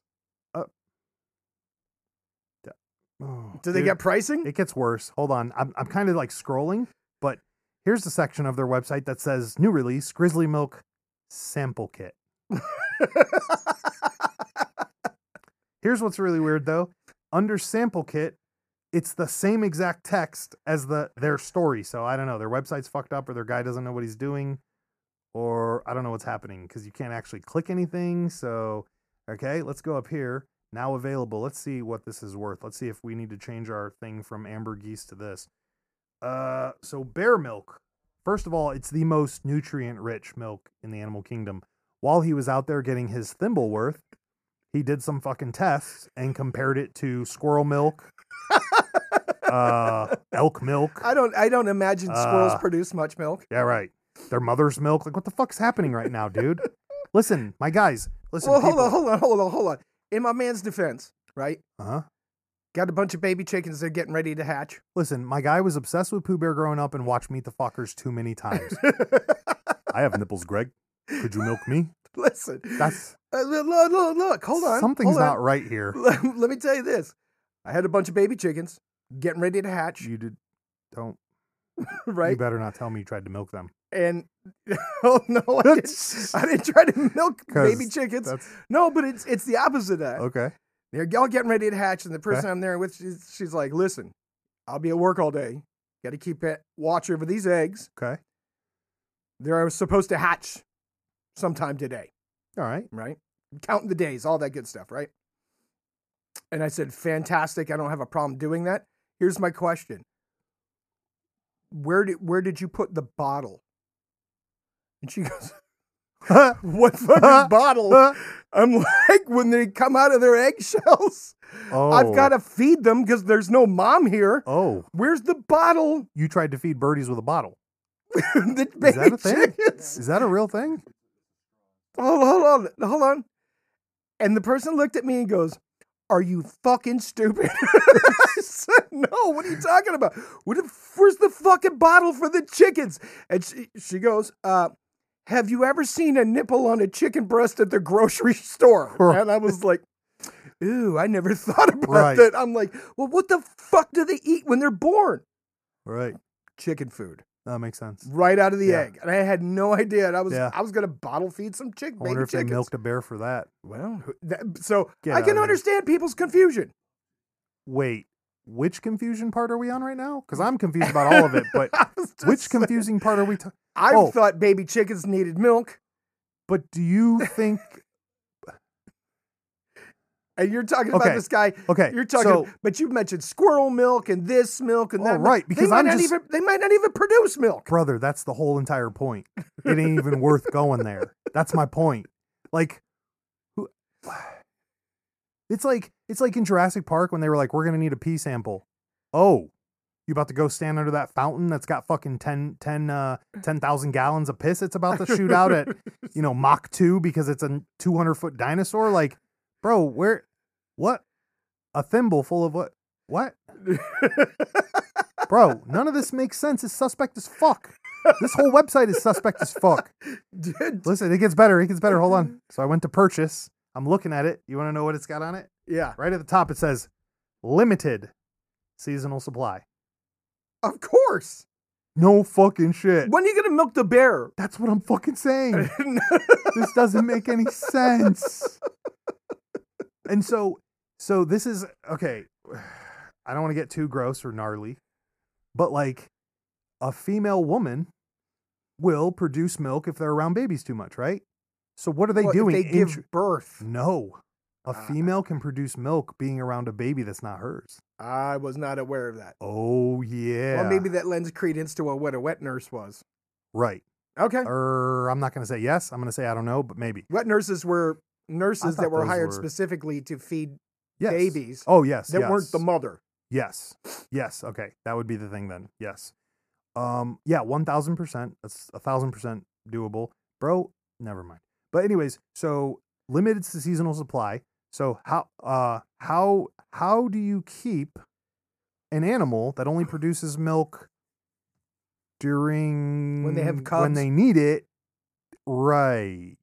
Speaker 1: Oh,
Speaker 2: Do they
Speaker 1: dude,
Speaker 2: get pricing?
Speaker 1: It gets worse. Hold on. I'm I'm kind of like scrolling, but here's the section of their website that says new release Grizzly Milk sample kit. [LAUGHS] Here's what's really weird though. Under sample kit, it's the same exact text as the their story. So I don't know. Their website's fucked up, or their guy doesn't know what he's doing, or I don't know what's happening because you can't actually click anything. So okay, let's go up here. Now available. Let's see what this is worth. Let's see if we need to change our thing from amber geese to this. Uh, so bear milk. First of all, it's the most nutrient rich milk in the animal kingdom. While he was out there getting his thimble worth, he did some fucking tests and compared it to squirrel milk,
Speaker 2: [LAUGHS]
Speaker 1: uh, elk milk.
Speaker 2: I don't. I don't imagine squirrels
Speaker 1: Uh,
Speaker 2: produce much milk.
Speaker 1: Yeah, right. Their mother's milk. Like, what the fuck's happening right now, dude? Listen, my guys, listen.
Speaker 2: well, hold
Speaker 1: people.
Speaker 2: on, hold on, hold on, hold on. In my man's defense, right?
Speaker 1: Uh-huh.
Speaker 2: Got a bunch of baby chickens. They're getting ready to hatch. [LAUGHS]
Speaker 1: Listen, my guy was obsessed with Pooh Bear growing up and watched Meet the Fuckers too many times. [LAUGHS] I have nipples, Greg. Could you milk me?
Speaker 2: Listen,
Speaker 1: [LAUGHS] That's
Speaker 2: uh, look, look, look, look, hold on.
Speaker 1: something's
Speaker 2: hold on.
Speaker 1: not right here.
Speaker 2: [LAUGHS] Let me tell you this. I had a bunch of baby chickens getting ready to hatch, [LAUGHS]
Speaker 1: You did don't. You
Speaker 2: right?
Speaker 1: better not tell me you tried to milk [LAUGHS] them.
Speaker 2: And [LAUGHS] oh no, I didn't,
Speaker 1: That's
Speaker 2: I didn't try to milk
Speaker 1: [LAUGHS] 'Cause
Speaker 2: baby chickens. No, but it's it's the opposite of that.
Speaker 1: okay.
Speaker 2: They're all getting ready to hatch, and the person
Speaker 1: Okay.
Speaker 2: I'm there with, she's, she's like, "Listen, I'll be at work all day. Got to keep it watch over these eggs.
Speaker 1: Okay.
Speaker 2: They're supposed to hatch sometime today,
Speaker 1: All right.
Speaker 2: right? Counting the days, all that good stuff, right?" And I said, "Fantastic! I don't have a problem doing that. Here's my question: Where did where did you put the bottle?" And she [LAUGHS] goes, [LAUGHS] "What fucking bottle?" [LAUGHS] I'm like, "When they come out of their eggshells."
Speaker 1: oh.
Speaker 2: I've got to feed them because there's no mom here.
Speaker 1: Oh,
Speaker 2: Where's the bottle? [LAUGHS]
Speaker 1: you tried to feed birdies with a bottle.
Speaker 2: the
Speaker 1: that
Speaker 2: baby
Speaker 1: a thing?
Speaker 2: chickens.
Speaker 1: Is that a real thing?
Speaker 2: Hold, hold on, hold on. And the person looked at me and goes, "Are you fucking stupid?" [LAUGHS] I said, "No. What are you talking about? What the- where's the fucking bottle for the chickens?" And she she goes, uh, "Have you ever seen a nipple on a chicken breast at the grocery [LAUGHS] store?"
Speaker 1: Right.
Speaker 2: And I was like. Ooh, I never [LAUGHS] thought about
Speaker 1: Right.
Speaker 2: that. I'm like, well, what the fuck do they eat when they're born?
Speaker 1: [LAUGHS] Right.
Speaker 2: chicken food
Speaker 1: That makes sense.
Speaker 2: right out of the
Speaker 1: Yeah.
Speaker 2: egg, and I had no idea. And I was
Speaker 1: Yeah.
Speaker 2: I was gonna bottle feed some chick
Speaker 1: I wonder
Speaker 2: baby
Speaker 1: if they
Speaker 2: chickens.
Speaker 1: milked a bear for that.
Speaker 2: Well, who- that, so
Speaker 1: Get
Speaker 2: I
Speaker 1: outta
Speaker 2: can
Speaker 1: here.
Speaker 2: understand people's confusion. [LAUGHS]
Speaker 1: Wait, which confusion part are we on right now? Because I'm confused about all of it. [LAUGHS] But
Speaker 2: I was just
Speaker 1: which
Speaker 2: saying-
Speaker 1: confusing part are we? talking?
Speaker 2: I
Speaker 1: oh.
Speaker 2: thought baby chickens needed milk.
Speaker 1: But do you think
Speaker 2: And you're talking about
Speaker 1: Okay.
Speaker 2: this guy.
Speaker 1: Okay,
Speaker 2: You're talking,
Speaker 1: so-
Speaker 2: but you mentioned squirrel milk and this milk and
Speaker 1: Oh,
Speaker 2: that. milk.
Speaker 1: right, because
Speaker 2: they might
Speaker 1: I'm
Speaker 2: not
Speaker 1: just-
Speaker 2: even they might not even produce milk. [LAUGHS]
Speaker 1: Brother, that's the whole entire point. It ain't even worth going there. That's my point. Like, who? [SIGHS] It's like it's like in Jurassic Park when they were like, "We're gonna need a pee sample." Oh, you about to go stand under that fountain that's got fucking 10, 10, uh, 10,000 gallons of piss? It's
Speaker 2: [LAUGHS]
Speaker 1: about to shoot out at you know Mach two because it's a two hundred foot dinosaur. Like, bro, where? What? A thimble full of what? What? Bro, none of this makes sense. It's suspect as fuck. This whole website is suspect as fuck.
Speaker 2: Dude,
Speaker 1: Listen, it gets better. It gets better. Hold on. So I went to purchase. I'm looking at it. You want to know what it's got on it?
Speaker 2: yeah,
Speaker 1: Right at the top, it says limited seasonal supply.
Speaker 2: of course.
Speaker 1: No fucking shit.
Speaker 2: When are you gonna milk the bear? [LAUGHS]
Speaker 1: That's what I'm fucking saying. this doesn't make any sense. And so, so this is okay. [SIGHS] I don't want to get too gross or gnarly, but like a female woman will produce milk if they're around babies too much, right? So what are they
Speaker 2: Well, if
Speaker 1: doing?
Speaker 2: They give
Speaker 1: Intr-
Speaker 2: birth.
Speaker 1: no, a
Speaker 2: Ah.
Speaker 1: female can produce milk being around a baby that's not hers.
Speaker 2: I was not aware of that.
Speaker 1: Oh yeah,
Speaker 2: Well, maybe that lends credence to what a wet nurse was.
Speaker 1: right.
Speaker 2: Okay.
Speaker 1: Or I'm not going to say yes. I'm going to say I don't know, but maybe
Speaker 2: Wet nurses were nurses
Speaker 1: thought
Speaker 2: that were
Speaker 1: those
Speaker 2: hired
Speaker 1: were-
Speaker 2: specifically to feed
Speaker 1: yes.
Speaker 2: babies
Speaker 1: Oh yes,
Speaker 2: that weren't
Speaker 1: yes.
Speaker 2: the mother.
Speaker 1: Yes. Yes. Okay. That would be the thing then. Yes. Um, yeah, one thousand percent. That's a thousand percent doable. Bro, never mind. But anyways, so limited to seasonal supply. So how uh how how do you keep an animal that only produces milk during
Speaker 2: When they have
Speaker 1: when
Speaker 2: cubs?
Speaker 1: they need it? Right.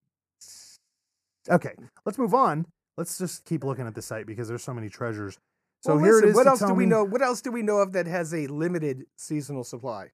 Speaker 1: Okay, let's move on. Let's just keep looking at the site because there's so many treasures. So
Speaker 2: Well,
Speaker 1: here
Speaker 2: listen,
Speaker 1: it is.
Speaker 2: What
Speaker 1: to
Speaker 2: else do
Speaker 1: tell
Speaker 2: we
Speaker 1: me-
Speaker 2: know? What else do we know of that has a limited seasonal supply?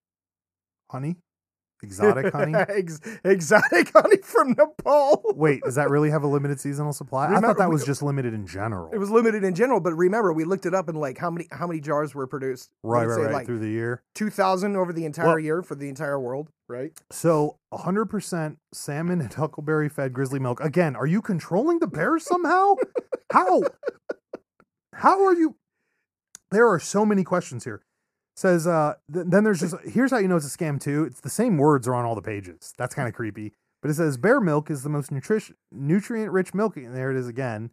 Speaker 1: honey, [LAUGHS] exotic
Speaker 2: [LAUGHS]
Speaker 1: honey.
Speaker 2: Ex- exotic honey from Nepal.
Speaker 1: Wait, does that really have a limited seasonal supply? I
Speaker 2: Remember-
Speaker 1: thought that was just limited in general.
Speaker 2: It was limited in general, but remember we looked it up and like how many how many jars were produced?
Speaker 1: right,
Speaker 2: Would it
Speaker 1: right,
Speaker 2: say,
Speaker 1: right
Speaker 2: Like
Speaker 1: through the year.
Speaker 2: two thousand over the entire
Speaker 1: Well-
Speaker 2: year for the entire world, right?
Speaker 1: So 100% salmon and huckleberry fed grizzly milk. Again, are you controlling the bears somehow? How? How are you? There are so many questions here. Says uh, th- then there's just here's how you know it's a scam too. It's the same words are on all the pages. That's kind of creepy. But it says bear milk is the most nutrition nutrient rich milk. And there it is again.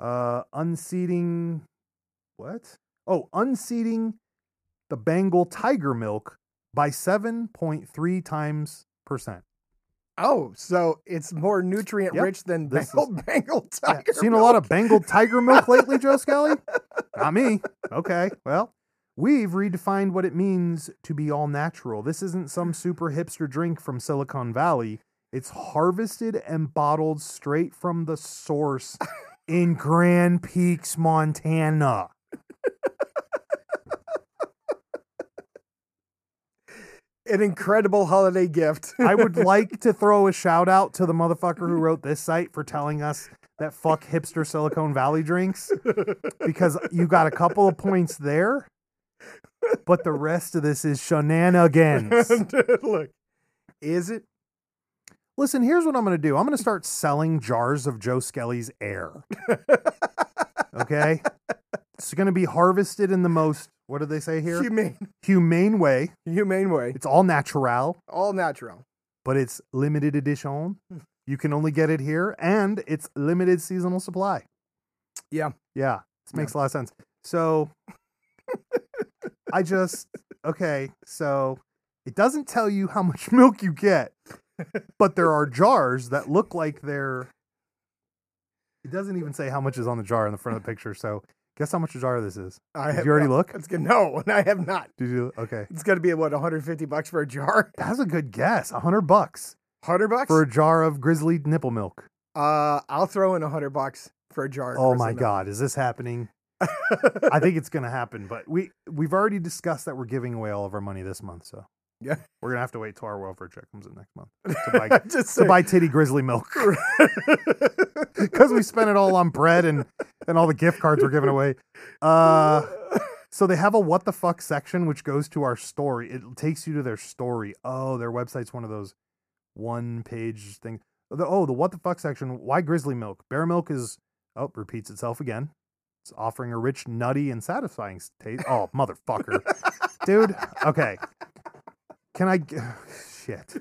Speaker 1: Uh, unseating what? Oh, unseating the Bengal tiger milk by 7.3 times percent.
Speaker 2: Oh, so it's more nutrient
Speaker 1: Yep.
Speaker 2: rich than
Speaker 1: This
Speaker 2: Bengal, [LAUGHS] Bengal
Speaker 1: Yeah,
Speaker 2: tiger.
Speaker 1: Seen a lot
Speaker 2: milk.
Speaker 1: of Bengal tiger milk lately, Joe
Speaker 2: [LAUGHS]
Speaker 1: Skelly? Not me. Okay, well, we've redefined what it means to be all natural. This isn't some super hipster drink from Silicon Valley. It's harvested and bottled straight from the source in Grand Peaks, Montana.
Speaker 2: an incredible holiday gift. [LAUGHS]
Speaker 1: I would like to throw a shout out to the motherfucker who wrote this site for telling us that fuck hipster Silicon Valley drinks because you got a couple of points there, but the rest of this is
Speaker 2: [LAUGHS]
Speaker 1: shenanigans.
Speaker 2: uh, Look, is it?
Speaker 1: Listen, here's what I'm going to do I'm going to start selling jars of Joe Skelly's air. Okay? It's going to be harvested in the most, what do they say here?
Speaker 2: Humane,
Speaker 1: Humane way.
Speaker 2: humane way,
Speaker 1: It's all natural.
Speaker 2: all natural.
Speaker 1: but it's limited edition. You can only get it here, and it's limited seasonal supply.
Speaker 2: Yeah.
Speaker 1: Yeah. This makes a lot of sense. So [LAUGHS] I just, okay, so it doesn't tell you how much [LAUGHS] milk you get, but there are jars that look like they're. It doesn't even say how much is on the jar in the front of the picture. So guess how much a jar this is?
Speaker 2: I
Speaker 1: Did
Speaker 2: have
Speaker 1: you already
Speaker 2: not-
Speaker 1: look?
Speaker 2: It's good. No, [LAUGHS] I have not.
Speaker 1: Did you? Okay.
Speaker 2: It's got to be what 150 bucks for a jar. [LAUGHS]
Speaker 1: That's a good guess. 100 bucks
Speaker 2: 100 bucks.
Speaker 1: for a jar of grizzly nipple milk.
Speaker 2: uh, I'll throw in 100 bucks for a jar. of
Speaker 1: Oh my
Speaker 2: Crisco.
Speaker 1: God, is this happening?
Speaker 2: [LAUGHS]
Speaker 1: I think it's going to happen, but we we've already discussed that we're giving away all of our money this month, so
Speaker 2: Yeah.
Speaker 1: we're gonna have to wait till our welfare check comes in next month to buy
Speaker 2: Just
Speaker 1: to
Speaker 2: say-
Speaker 1: buy titty grizzly milk [LAUGHS]
Speaker 2: [LAUGHS]
Speaker 1: because we spent it all on bread and and all the gift cards we're giving away. Uh, so they have a what the fuck section which goes to our story. It takes you to their story. Oh, their website's one of those one page thing. The- Oh, the what the fuck section. Why grizzly milk? Bear milk is Oh, repeats itself again. It's offering a rich, nutty, and satisfying taste. Oh, motherfucker. Dude, okay. Can I. g- [SIGHS] Shit.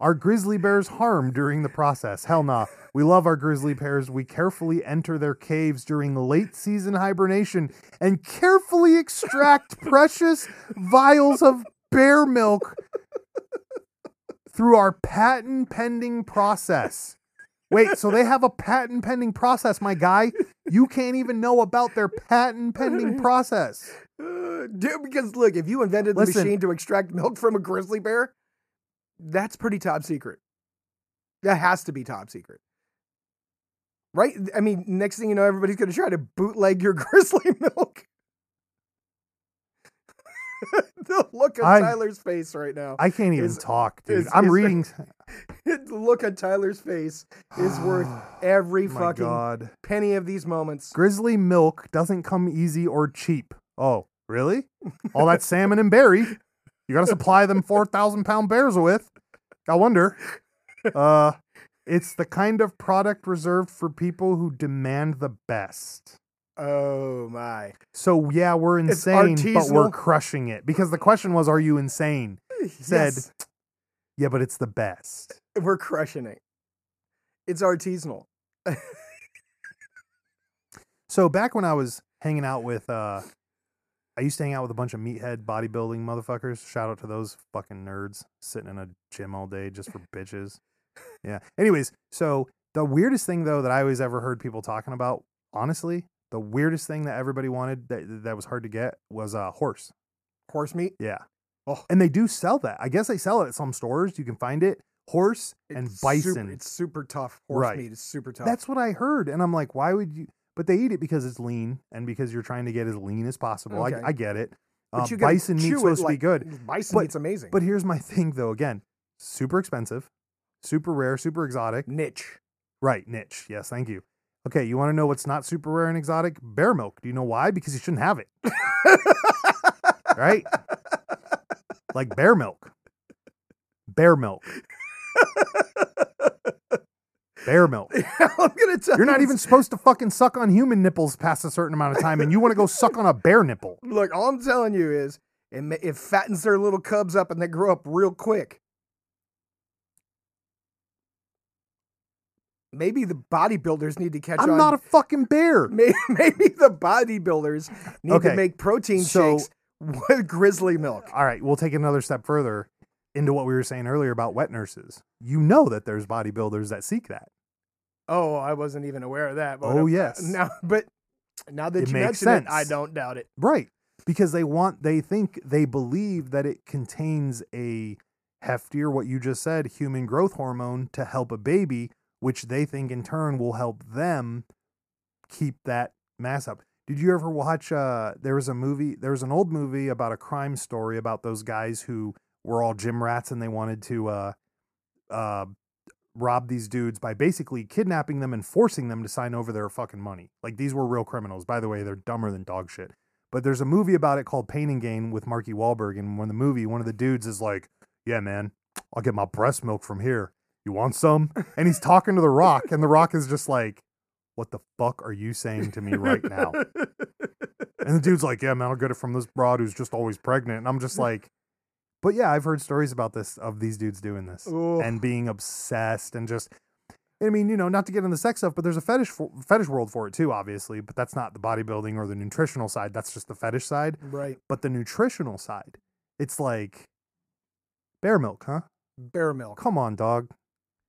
Speaker 1: Are grizzly bears harmed during the process? Hell nah. We love our grizzly bears. We carefully enter their caves during late season hibernation and carefully extract precious vials of bear milk through our patent pending process. Wait, so they have a patent pending process, my guy? You can't even know about their patent pending process.
Speaker 2: Uh, [SIGHS] dude, because look, if you invented the
Speaker 1: Listen.
Speaker 2: machine to extract milk from a grizzly bear, that's pretty top secret. That has to be top secret. Right? I mean, next thing you know, everybody's going to try to bootleg your [LAUGHS] grizzly milk. [LAUGHS] the look on
Speaker 1: I-
Speaker 2: Tyler's face right now.
Speaker 1: I can't even
Speaker 2: Is-
Speaker 1: talk, dude.
Speaker 2: is-
Speaker 1: I'm
Speaker 2: is-
Speaker 1: reading.
Speaker 2: [LAUGHS] the look on Tyler's face is
Speaker 1: [SIGHS]
Speaker 2: worth every
Speaker 1: my
Speaker 2: fucking
Speaker 1: God.
Speaker 2: penny of these moments.
Speaker 1: Grizzly milk doesn't come easy or cheap. Oh, really? All that salmon and berry you got to supply them 4,000 pound bears with. I wonder. Uh, it's the kind of product reserved for people who demand the best.
Speaker 2: Oh my.
Speaker 1: So, yeah, we're
Speaker 2: It's
Speaker 1: insane, but we're
Speaker 2: artisanal.
Speaker 1: crushing it. Because the question was, are you insane? Said,
Speaker 2: Yes.
Speaker 1: yeah, but it's the best.
Speaker 2: We're crushing it. It's artisanal.
Speaker 1: So back when I was hanging out with, uh, I used to hang out with a bunch of meathead bodybuilding motherfuckers. Shout out to those fucking nerds sitting in a gym all day just for bitches. Yeah. Anyways, so the weirdest thing though that I always ever heard people talking about, honestly, the weirdest thing that everybody wanted that that was hard to get was a horse.
Speaker 2: Horse meat.
Speaker 1: Yeah.
Speaker 2: Oh.
Speaker 1: And they do sell that. I guess they sell it at some stores. You can find it. Horse and
Speaker 2: It's
Speaker 1: bison.
Speaker 2: Super, it's super tough. Horse
Speaker 1: Right.
Speaker 2: meat is super tough.
Speaker 1: That's what I heard. And I'm like, why would you? But they eat it because it's lean and because you're trying to get as lean as possible.
Speaker 2: Okay.
Speaker 1: I, I get it.
Speaker 2: Um, But
Speaker 1: Uh,
Speaker 2: you gotta
Speaker 1: bison meat's
Speaker 2: chew it
Speaker 1: supposed
Speaker 2: like-
Speaker 1: to be good.
Speaker 2: Bison
Speaker 1: But-
Speaker 2: meat's amazing.
Speaker 1: But here's my [LAUGHS] thing, though again, super expensive, super rare, super exotic.
Speaker 2: niche. [LAUGHS]
Speaker 1: Right, niche. Yes, thank you. Okay, you want to know what's not super rare and exotic? Bear milk. Do you know why? Because you shouldn't have it, [LAUGHS] right? like bear milk. Bear
Speaker 2: [LAUGHS]
Speaker 1: milk. bear milk.
Speaker 2: I'm gonna tell
Speaker 1: You're not
Speaker 2: you
Speaker 1: even supposed to fucking suck on human nipples past a certain amount of time, and you want to go suck on a bear nipple.
Speaker 2: Look, all I'm telling you is, it, ma- it fattens their little cubs up and they grow up real quick. Maybe the bodybuilders need to catch
Speaker 1: I'm
Speaker 2: on.
Speaker 1: not a fucking bear.
Speaker 2: [LAUGHS] May- maybe the bodybuilders need to
Speaker 1: Okay,
Speaker 2: make protein
Speaker 1: so-
Speaker 2: shakes [LAUGHS] with grizzly milk.
Speaker 1: All right, we'll take another step further into what we were saying earlier about wet nurses. You know that there's bodybuilders that seek that.
Speaker 2: Oh, I wasn't even aware of that. but,
Speaker 1: Oh,
Speaker 2: uh,
Speaker 1: yes.
Speaker 2: Now, [LAUGHS] but now that
Speaker 1: It
Speaker 2: you mention
Speaker 1: makes
Speaker 2: it, I
Speaker 1: sense.
Speaker 2: don't doubt it.
Speaker 1: Right. Because they want, they think, they believe that it contains a heftier, what you just said, human growth hormone to help a baby, which they think in turn will help them keep that mass up. Did you ever watch? Uh, there was a movie, there was an old movie about a crime story about those guys who were all gym rats and they wanted to uh, uh, rob these dudes by basically kidnapping them and forcing them to sign over their fucking money. Like these were real criminals. By the way, they're dumber than dog shit. But there's a movie about it called Pain and Gain with Marky Wahlberg. And when the movie, one of the dudes is like, Yeah, man, I'll get my breast milk from here. You want some? And he's talking to The Rock, and The Rock is just like, What the fuck are you saying to me right
Speaker 2: [LAUGHS]
Speaker 1: now? And the dude's like, Yeah, man, I'll get it from this broad who's just always pregnant. And I'm just like, But yeah, I've heard stories about this, of these dudes doing this
Speaker 2: Ooh.
Speaker 1: and being obsessed and just I mean, you know, not to get into sex stuff, but there's a fetish for, fetish world for it too, obviously. But that's not the bodybuilding or the nutritional side. That's just the fetish side.
Speaker 2: right.
Speaker 1: But the nutritional side, it's like bear milk, huh?
Speaker 2: Bear milk.
Speaker 1: Come on, dog,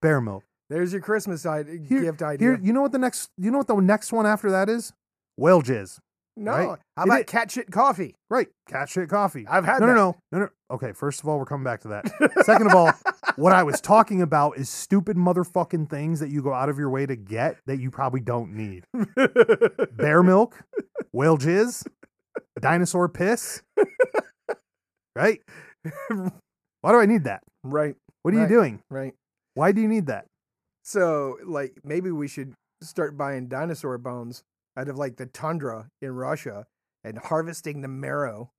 Speaker 1: bear milk.
Speaker 2: There's your Christmas I- gift idea.
Speaker 1: Here, you know what the next, you know what the next one after that is? Whale jizz,
Speaker 2: no.
Speaker 1: right?
Speaker 2: How
Speaker 1: It
Speaker 2: about
Speaker 1: is-
Speaker 2: cat shit coffee?
Speaker 1: right? Cat shit coffee.
Speaker 2: I've had
Speaker 1: No,
Speaker 2: that.
Speaker 1: no, no, no, no. Okay, first of all, we're coming back to that. Second of
Speaker 2: [LAUGHS]
Speaker 1: all, what I was talking about is stupid motherfucking things that you go out of your way to get that you probably don't need. Bear milk, whale jizz, dinosaur piss. Right?
Speaker 2: [LAUGHS]
Speaker 1: Why do I need that?
Speaker 2: [LAUGHS] right.
Speaker 1: What are you
Speaker 2: Right.
Speaker 1: doing?
Speaker 2: Right.
Speaker 1: Why do you need that?
Speaker 2: So, like, maybe we should start buying dinosaur bones out of like the tundra in Russia and harvesting the marrow,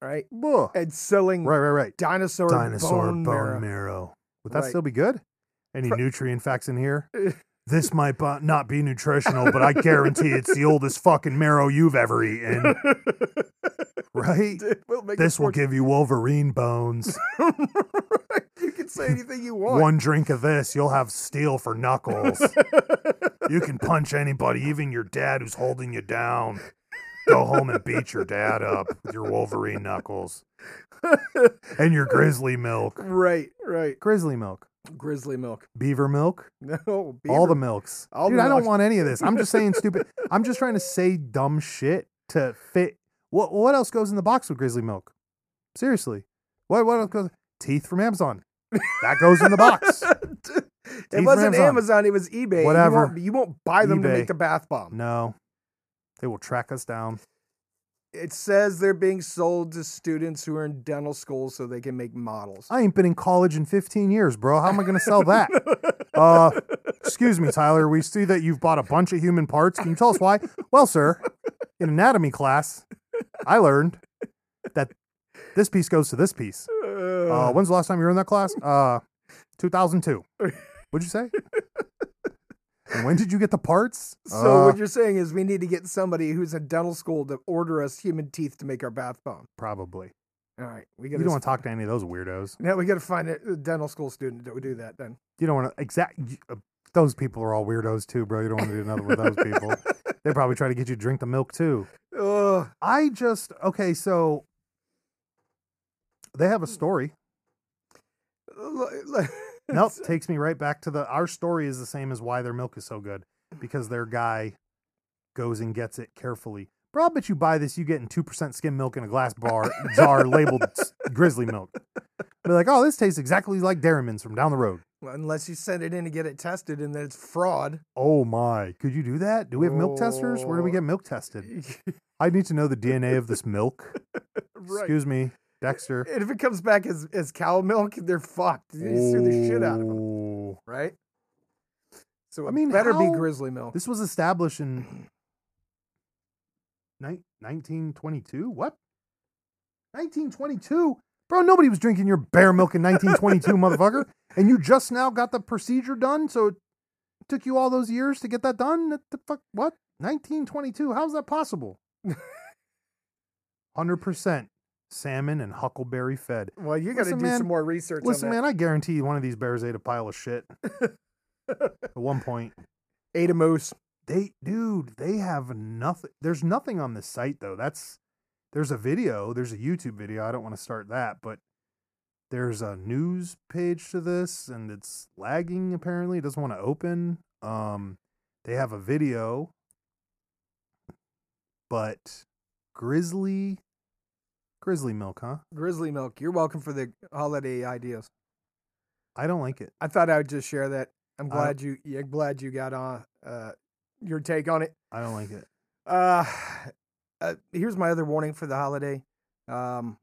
Speaker 2: right?
Speaker 1: Ugh.
Speaker 2: And selling
Speaker 1: Right, right, right.
Speaker 2: dinosaur,
Speaker 1: Dinosaur bone,
Speaker 2: marrow.
Speaker 1: marrow. Would that
Speaker 2: Right.
Speaker 1: still be good? Any
Speaker 2: Pro-
Speaker 1: nutrient facts in here? this might bu- not be nutritional, but I guarantee it's the oldest fucking marrow you've ever [LAUGHS] eaten, right?
Speaker 2: Dude, [LAUGHS] we'll make
Speaker 1: This
Speaker 2: a
Speaker 1: will
Speaker 2: fortune.
Speaker 1: give you Wolverine bones.
Speaker 2: Right? [LAUGHS] you can say
Speaker 1: [LAUGHS]
Speaker 2: anything you want.
Speaker 1: One drink of this, you'll have steel for [LAUGHS] knuckles. you can punch anybody, even your dad who's holding you down. Go home and beat your dad up with your Wolverine [LAUGHS] knuckles and your grizzly milk.
Speaker 2: right, right.
Speaker 1: Grizzly milk,
Speaker 2: Grizzly milk. [LAUGHS]
Speaker 1: beaver milk,
Speaker 2: No,
Speaker 1: all the
Speaker 2: beaver-
Speaker 1: milks.
Speaker 2: all the
Speaker 1: Dude, I don't
Speaker 2: milks.
Speaker 1: want any of this. I'm just saying
Speaker 2: [LAUGHS]
Speaker 1: stupid. I'm just trying to say dumb shit to fit. What what else goes in the box with grizzly milk? Seriously, what what else goes? Teeth from Amazon. That goes in the
Speaker 2: [LAUGHS]
Speaker 1: box.
Speaker 2: Dude, [LAUGHS] it
Speaker 1: from
Speaker 2: wasn't
Speaker 1: Amazon.
Speaker 2: Amazon. It was eBay.
Speaker 1: Whatever.
Speaker 2: You won't, you won't buy them to
Speaker 1: eBay.
Speaker 2: make a bath bomb.
Speaker 1: No, they will track us down.
Speaker 2: It says they're being sold to students who are in dental school so they can make models. [LAUGHS]
Speaker 1: I ain't been in college in 15 years, bro. How am I going to sell that? uh, excuse me, Tyler. We see that you've bought a bunch of human parts. Can you tell us why? Well, sir, in anatomy class, I learned that this piece goes to this piece. Uh, when's the last time you were in that class? Uh, 2002. What'd you say? And when did you get the parts?
Speaker 2: so
Speaker 1: Uh,
Speaker 2: what you're saying is we need to get somebody who's in dental school to order us human teeth to make our bath bomb.
Speaker 1: probably.
Speaker 2: All right, we
Speaker 1: You
Speaker 2: got
Speaker 1: don't
Speaker 2: to
Speaker 1: want to talk to any of those weirdos.
Speaker 2: now we got to find a a dental school student that would do that. Then
Speaker 1: You don't want to exact. you- uh, Those people are all weirdos too, bro. You don't want to do another one of those people. They probably try to get you to drink the milk too.
Speaker 2: Ugh.
Speaker 1: I just okay, so they have a story. [LAUGHS] Nope, takes me right back to the our story is the same as why their milk is so good because their guy goes and gets it carefully. Bro, I bet you buy this, you getting two percent skim milk in a glass bar jar labeled s- grizzly milk. Be like, oh, this tastes exactly like Dairyman's from down the road.
Speaker 2: Unless you send it in to get it tested and then it's fraud. [LAUGHS]
Speaker 1: Oh my, could you do that? Do we have milk testers? Where do we
Speaker 2: Oh.
Speaker 1: get milk tested? I need to know the DNA of this milk.
Speaker 2: [LAUGHS] right.
Speaker 1: Excuse me, Dexter.
Speaker 2: And if it comes back as, as cow milk, they're fucked. You sue the shit out of them,
Speaker 1: Ooh.
Speaker 2: right? So it
Speaker 1: Oh. I mean,
Speaker 2: better be
Speaker 1: how-
Speaker 2: grizzly milk.
Speaker 1: This was established in nine- 1922. What? 1922? Bro, nobody was drinking your bear milk in
Speaker 2: [LAUGHS]
Speaker 1: 1922, motherfucker. And you just now got the procedure done, so it took you all those years to get that done? What The fuck? What? 1922? How's that possible? 100% salmon and huckleberry fed.
Speaker 2: Well, you got to
Speaker 1: Listen,
Speaker 2: do
Speaker 1: man.
Speaker 2: some more research.
Speaker 1: Listen,
Speaker 2: on that.
Speaker 1: man, I guarantee you one of these bears ate a pile of
Speaker 2: [LAUGHS]
Speaker 1: shit at one point.
Speaker 2: Ate a moose.
Speaker 1: they dude they have nothing there's nothing on this site though that's there's a video there's a youtube video i don't want to start that but there's a news page to this and it's lagging apparently it doesn't want to open um they have a video but grizzly grizzly milk huh
Speaker 2: Grizzly milk. You're welcome for the holiday ideas.
Speaker 1: i don't like it
Speaker 2: I thought I would just share that. I'm
Speaker 1: I
Speaker 2: glad you. Yeah, glad you got on uh, your take on it.
Speaker 1: i don't like it
Speaker 2: Uh, uh, here's my other warning for the holiday. Um,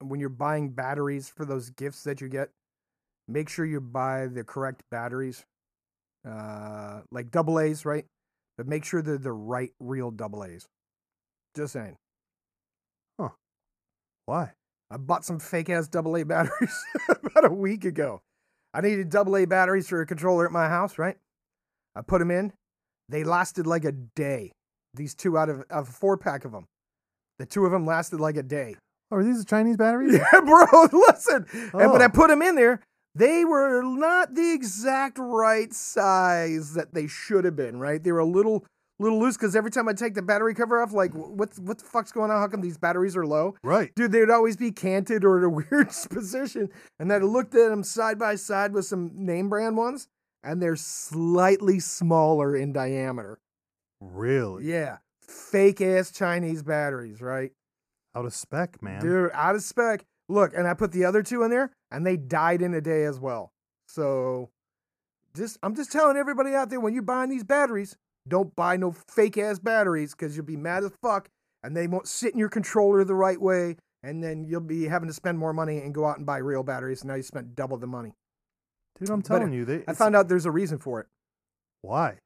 Speaker 2: when you're buying batteries for those gifts that you get, make sure you buy the correct batteries, uh, like double A's, right? But make sure they're the right, real double A's. Just saying.
Speaker 1: why
Speaker 2: I bought some fake ass double A [LAUGHS] batteries about a week ago. I needed double A batteries for a controller at my house, right? I put them in. They lasted like a day. These two out of, of a four pack of them. The two of them lasted like a day. [LAUGHS]
Speaker 1: oh, are these the chinese batteries
Speaker 2: Yeah, bro, [LAUGHS] listen. And when I
Speaker 1: Oh.
Speaker 2: put them in there, they were not the exact right size that they should have been, right? They were a little little loose because every time I take the battery cover off, like, wh- what, what the fuck's going on? How come these batteries are low?
Speaker 1: right
Speaker 2: dude, they would always be canted or in a [LAUGHS] weird position. And then I looked at them side by side with some name brand ones, and they're slightly smaller in diameter.
Speaker 1: really
Speaker 2: Yeah. Fake ass Chinese batteries, right?
Speaker 1: out of spec man
Speaker 2: Dude, out of spec. Look, and I put the other two in there, and they died in a day as well. So just I'm just telling everybody out there when you're buying these batteries, don't buy no fake ass batteries because you'll be mad as fuck and they won't sit in your controller the right way. And then you'll be having to spend more money and go out and buy real batteries. And now you spent double the money.
Speaker 1: dude i'm
Speaker 2: But
Speaker 1: telling you they
Speaker 2: I found out there's a reason for it.
Speaker 1: why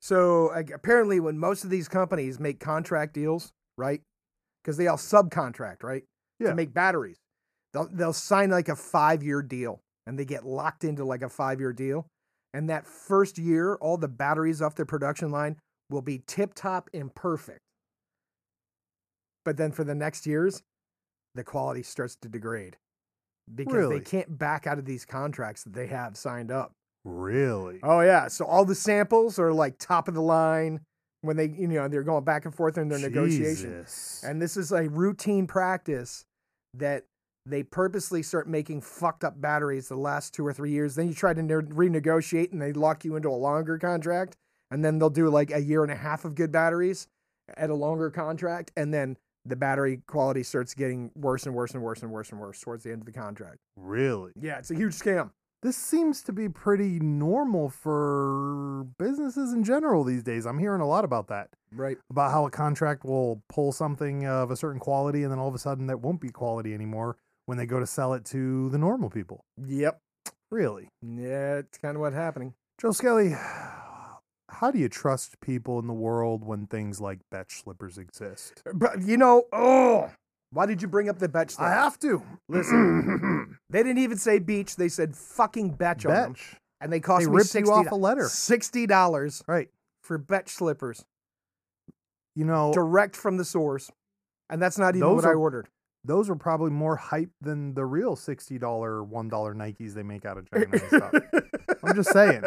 Speaker 2: So like, apparently, when most of these companies make contract deals, right? Because they all subcontract, right?
Speaker 1: Yeah.
Speaker 2: To make batteries, they'll they'll sign like a five year deal, and they get locked into like a five year deal, And that first year, all the batteries off their production line will be tip top and perfect. But then for the next years, the quality starts to degrade because
Speaker 1: Really?
Speaker 2: they can't back out of these contracts that they have signed up.
Speaker 1: Really?
Speaker 2: Oh yeah, so all the samples are like top of the line when they, you know, they're going back and forth in their negotiation.
Speaker 1: Jesus.
Speaker 2: And this is a routine practice that they purposely start making fucked up batteries the last two or three years. Then you try to ne- renegotiate and they lock you into a longer contract. And then they'll do like a year and a half of good batteries at a longer contract. And then the battery quality starts getting worse and worse and worse and worse and worse towards the end of the contract.
Speaker 1: really?
Speaker 2: Yeah, it's a huge scam.
Speaker 1: This seems to be pretty normal for businesses in general these days. I'm hearing a lot about that,
Speaker 2: Right.
Speaker 1: about how a contract will pull something of a certain quality and then all of a sudden that won't be quality anymore when they go to sell it to the normal people.
Speaker 2: Yep.
Speaker 1: Really?
Speaker 2: Yeah, it's kind of what's happening.
Speaker 1: Joe Skelly, [SIGHS] how do you trust people in the world when things like betch slippers exist?
Speaker 2: But you know, oh, why did you bring up the betch?
Speaker 1: I
Speaker 2: thing?
Speaker 1: have to. Listen.
Speaker 2: They didn't even say beach. They said fucking betch, on them.
Speaker 1: [CLEARS THROAT] betch.
Speaker 2: And they cost
Speaker 1: They
Speaker 2: me
Speaker 1: ripped
Speaker 2: 60
Speaker 1: you off a letter.
Speaker 2: $60
Speaker 1: Right.
Speaker 2: for betch slippers
Speaker 1: You know,
Speaker 2: direct from the source. And that's not even
Speaker 1: Those
Speaker 2: what I
Speaker 1: are- [LAUGHS]
Speaker 2: ordered. [LAUGHS]
Speaker 1: those are probably more hype than the real $60, $1 Nikes they make out of China and stuff. I'm just
Speaker 2: [LAUGHS]
Speaker 1: saying.